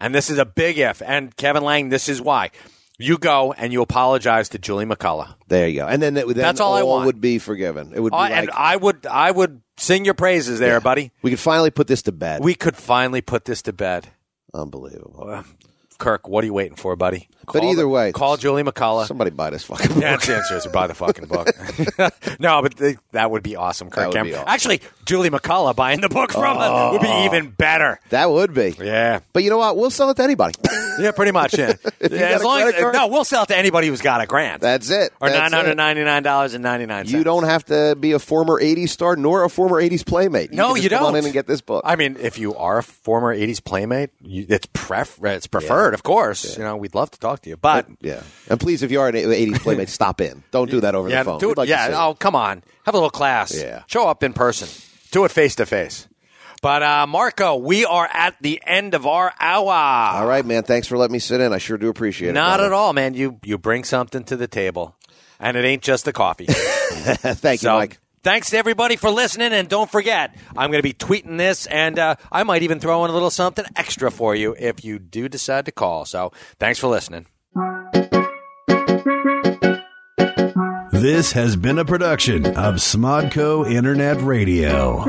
[SPEAKER 3] and this is a big if, and Kevin Lang, this is why. You go and you apologize to Julie McCullough.
[SPEAKER 2] There you go. And then, then
[SPEAKER 3] That's all I want.
[SPEAKER 2] would be forgiven. It would be
[SPEAKER 3] Uh,
[SPEAKER 2] like,
[SPEAKER 3] and I would, I would sing your praises there, buddy.
[SPEAKER 2] we could finally put this to bed.
[SPEAKER 3] We could finally put this to bed.
[SPEAKER 2] Unbelievable.
[SPEAKER 3] Kirk, what are you waiting for, buddy?
[SPEAKER 2] But
[SPEAKER 3] Call
[SPEAKER 2] either
[SPEAKER 3] the-
[SPEAKER 2] way,
[SPEAKER 3] call Julie McCullough.
[SPEAKER 2] Somebody buy this fucking book.
[SPEAKER 3] Yeah, the answer is buy the fucking book. no, but th- that would be awesome, Kirk
[SPEAKER 2] That would be
[SPEAKER 3] Cameron.
[SPEAKER 2] awesome. Oh.
[SPEAKER 3] Actually, Julie McCullough buying the book from them would be even better.
[SPEAKER 2] That would be.
[SPEAKER 3] Yeah,
[SPEAKER 2] But you know what? We'll sell it to anybody.
[SPEAKER 3] yeah, pretty much. Yeah,
[SPEAKER 2] you
[SPEAKER 3] Yeah,
[SPEAKER 2] got
[SPEAKER 3] as
[SPEAKER 2] a
[SPEAKER 3] long as
[SPEAKER 2] credit card-
[SPEAKER 3] no, we'll sell it to anybody who's got a grant
[SPEAKER 2] That's it.
[SPEAKER 3] or
[SPEAKER 2] That's
[SPEAKER 3] nine
[SPEAKER 2] it.
[SPEAKER 3] hundred ninety nine dollars and ninety nine cents.
[SPEAKER 2] You don't have to be a former 80s star nor a former 80s playmate.
[SPEAKER 3] No,
[SPEAKER 2] can just
[SPEAKER 3] you
[SPEAKER 2] come on
[SPEAKER 3] don't.
[SPEAKER 2] in and get this book.
[SPEAKER 3] I mean, if you are a former '80s playmate, you, it's pref it's preferred, of course. You know, we'd love to talk to you, but
[SPEAKER 2] yeah. And please, if you are an 80s playmate, stop in. Don't do that over
[SPEAKER 3] yeah,
[SPEAKER 2] the phone.
[SPEAKER 3] do
[SPEAKER 2] We'd
[SPEAKER 3] it.
[SPEAKER 2] like to
[SPEAKER 3] yeah,
[SPEAKER 2] see it.
[SPEAKER 3] oh come on, have a little class.
[SPEAKER 2] Yeah.
[SPEAKER 3] show up in person. Do it face to face. But uh, Marco, we are at the end of our hour.
[SPEAKER 2] All right, man. Thanks for letting me sit in. I sure do appreciate it.
[SPEAKER 3] Not
[SPEAKER 2] brother.
[SPEAKER 3] at all, man. You you bring something to the table, and it ain't just the coffee.
[SPEAKER 2] Thank you,
[SPEAKER 3] so.
[SPEAKER 2] Mike.
[SPEAKER 3] Thanks to everybody for listening, and don't forget, I'm going to be tweeting this, and uh, I might even throw in a little something extra for you if you do decide to call. So, thanks for listening.
[SPEAKER 1] This has been a production of Smodco Internet Radio.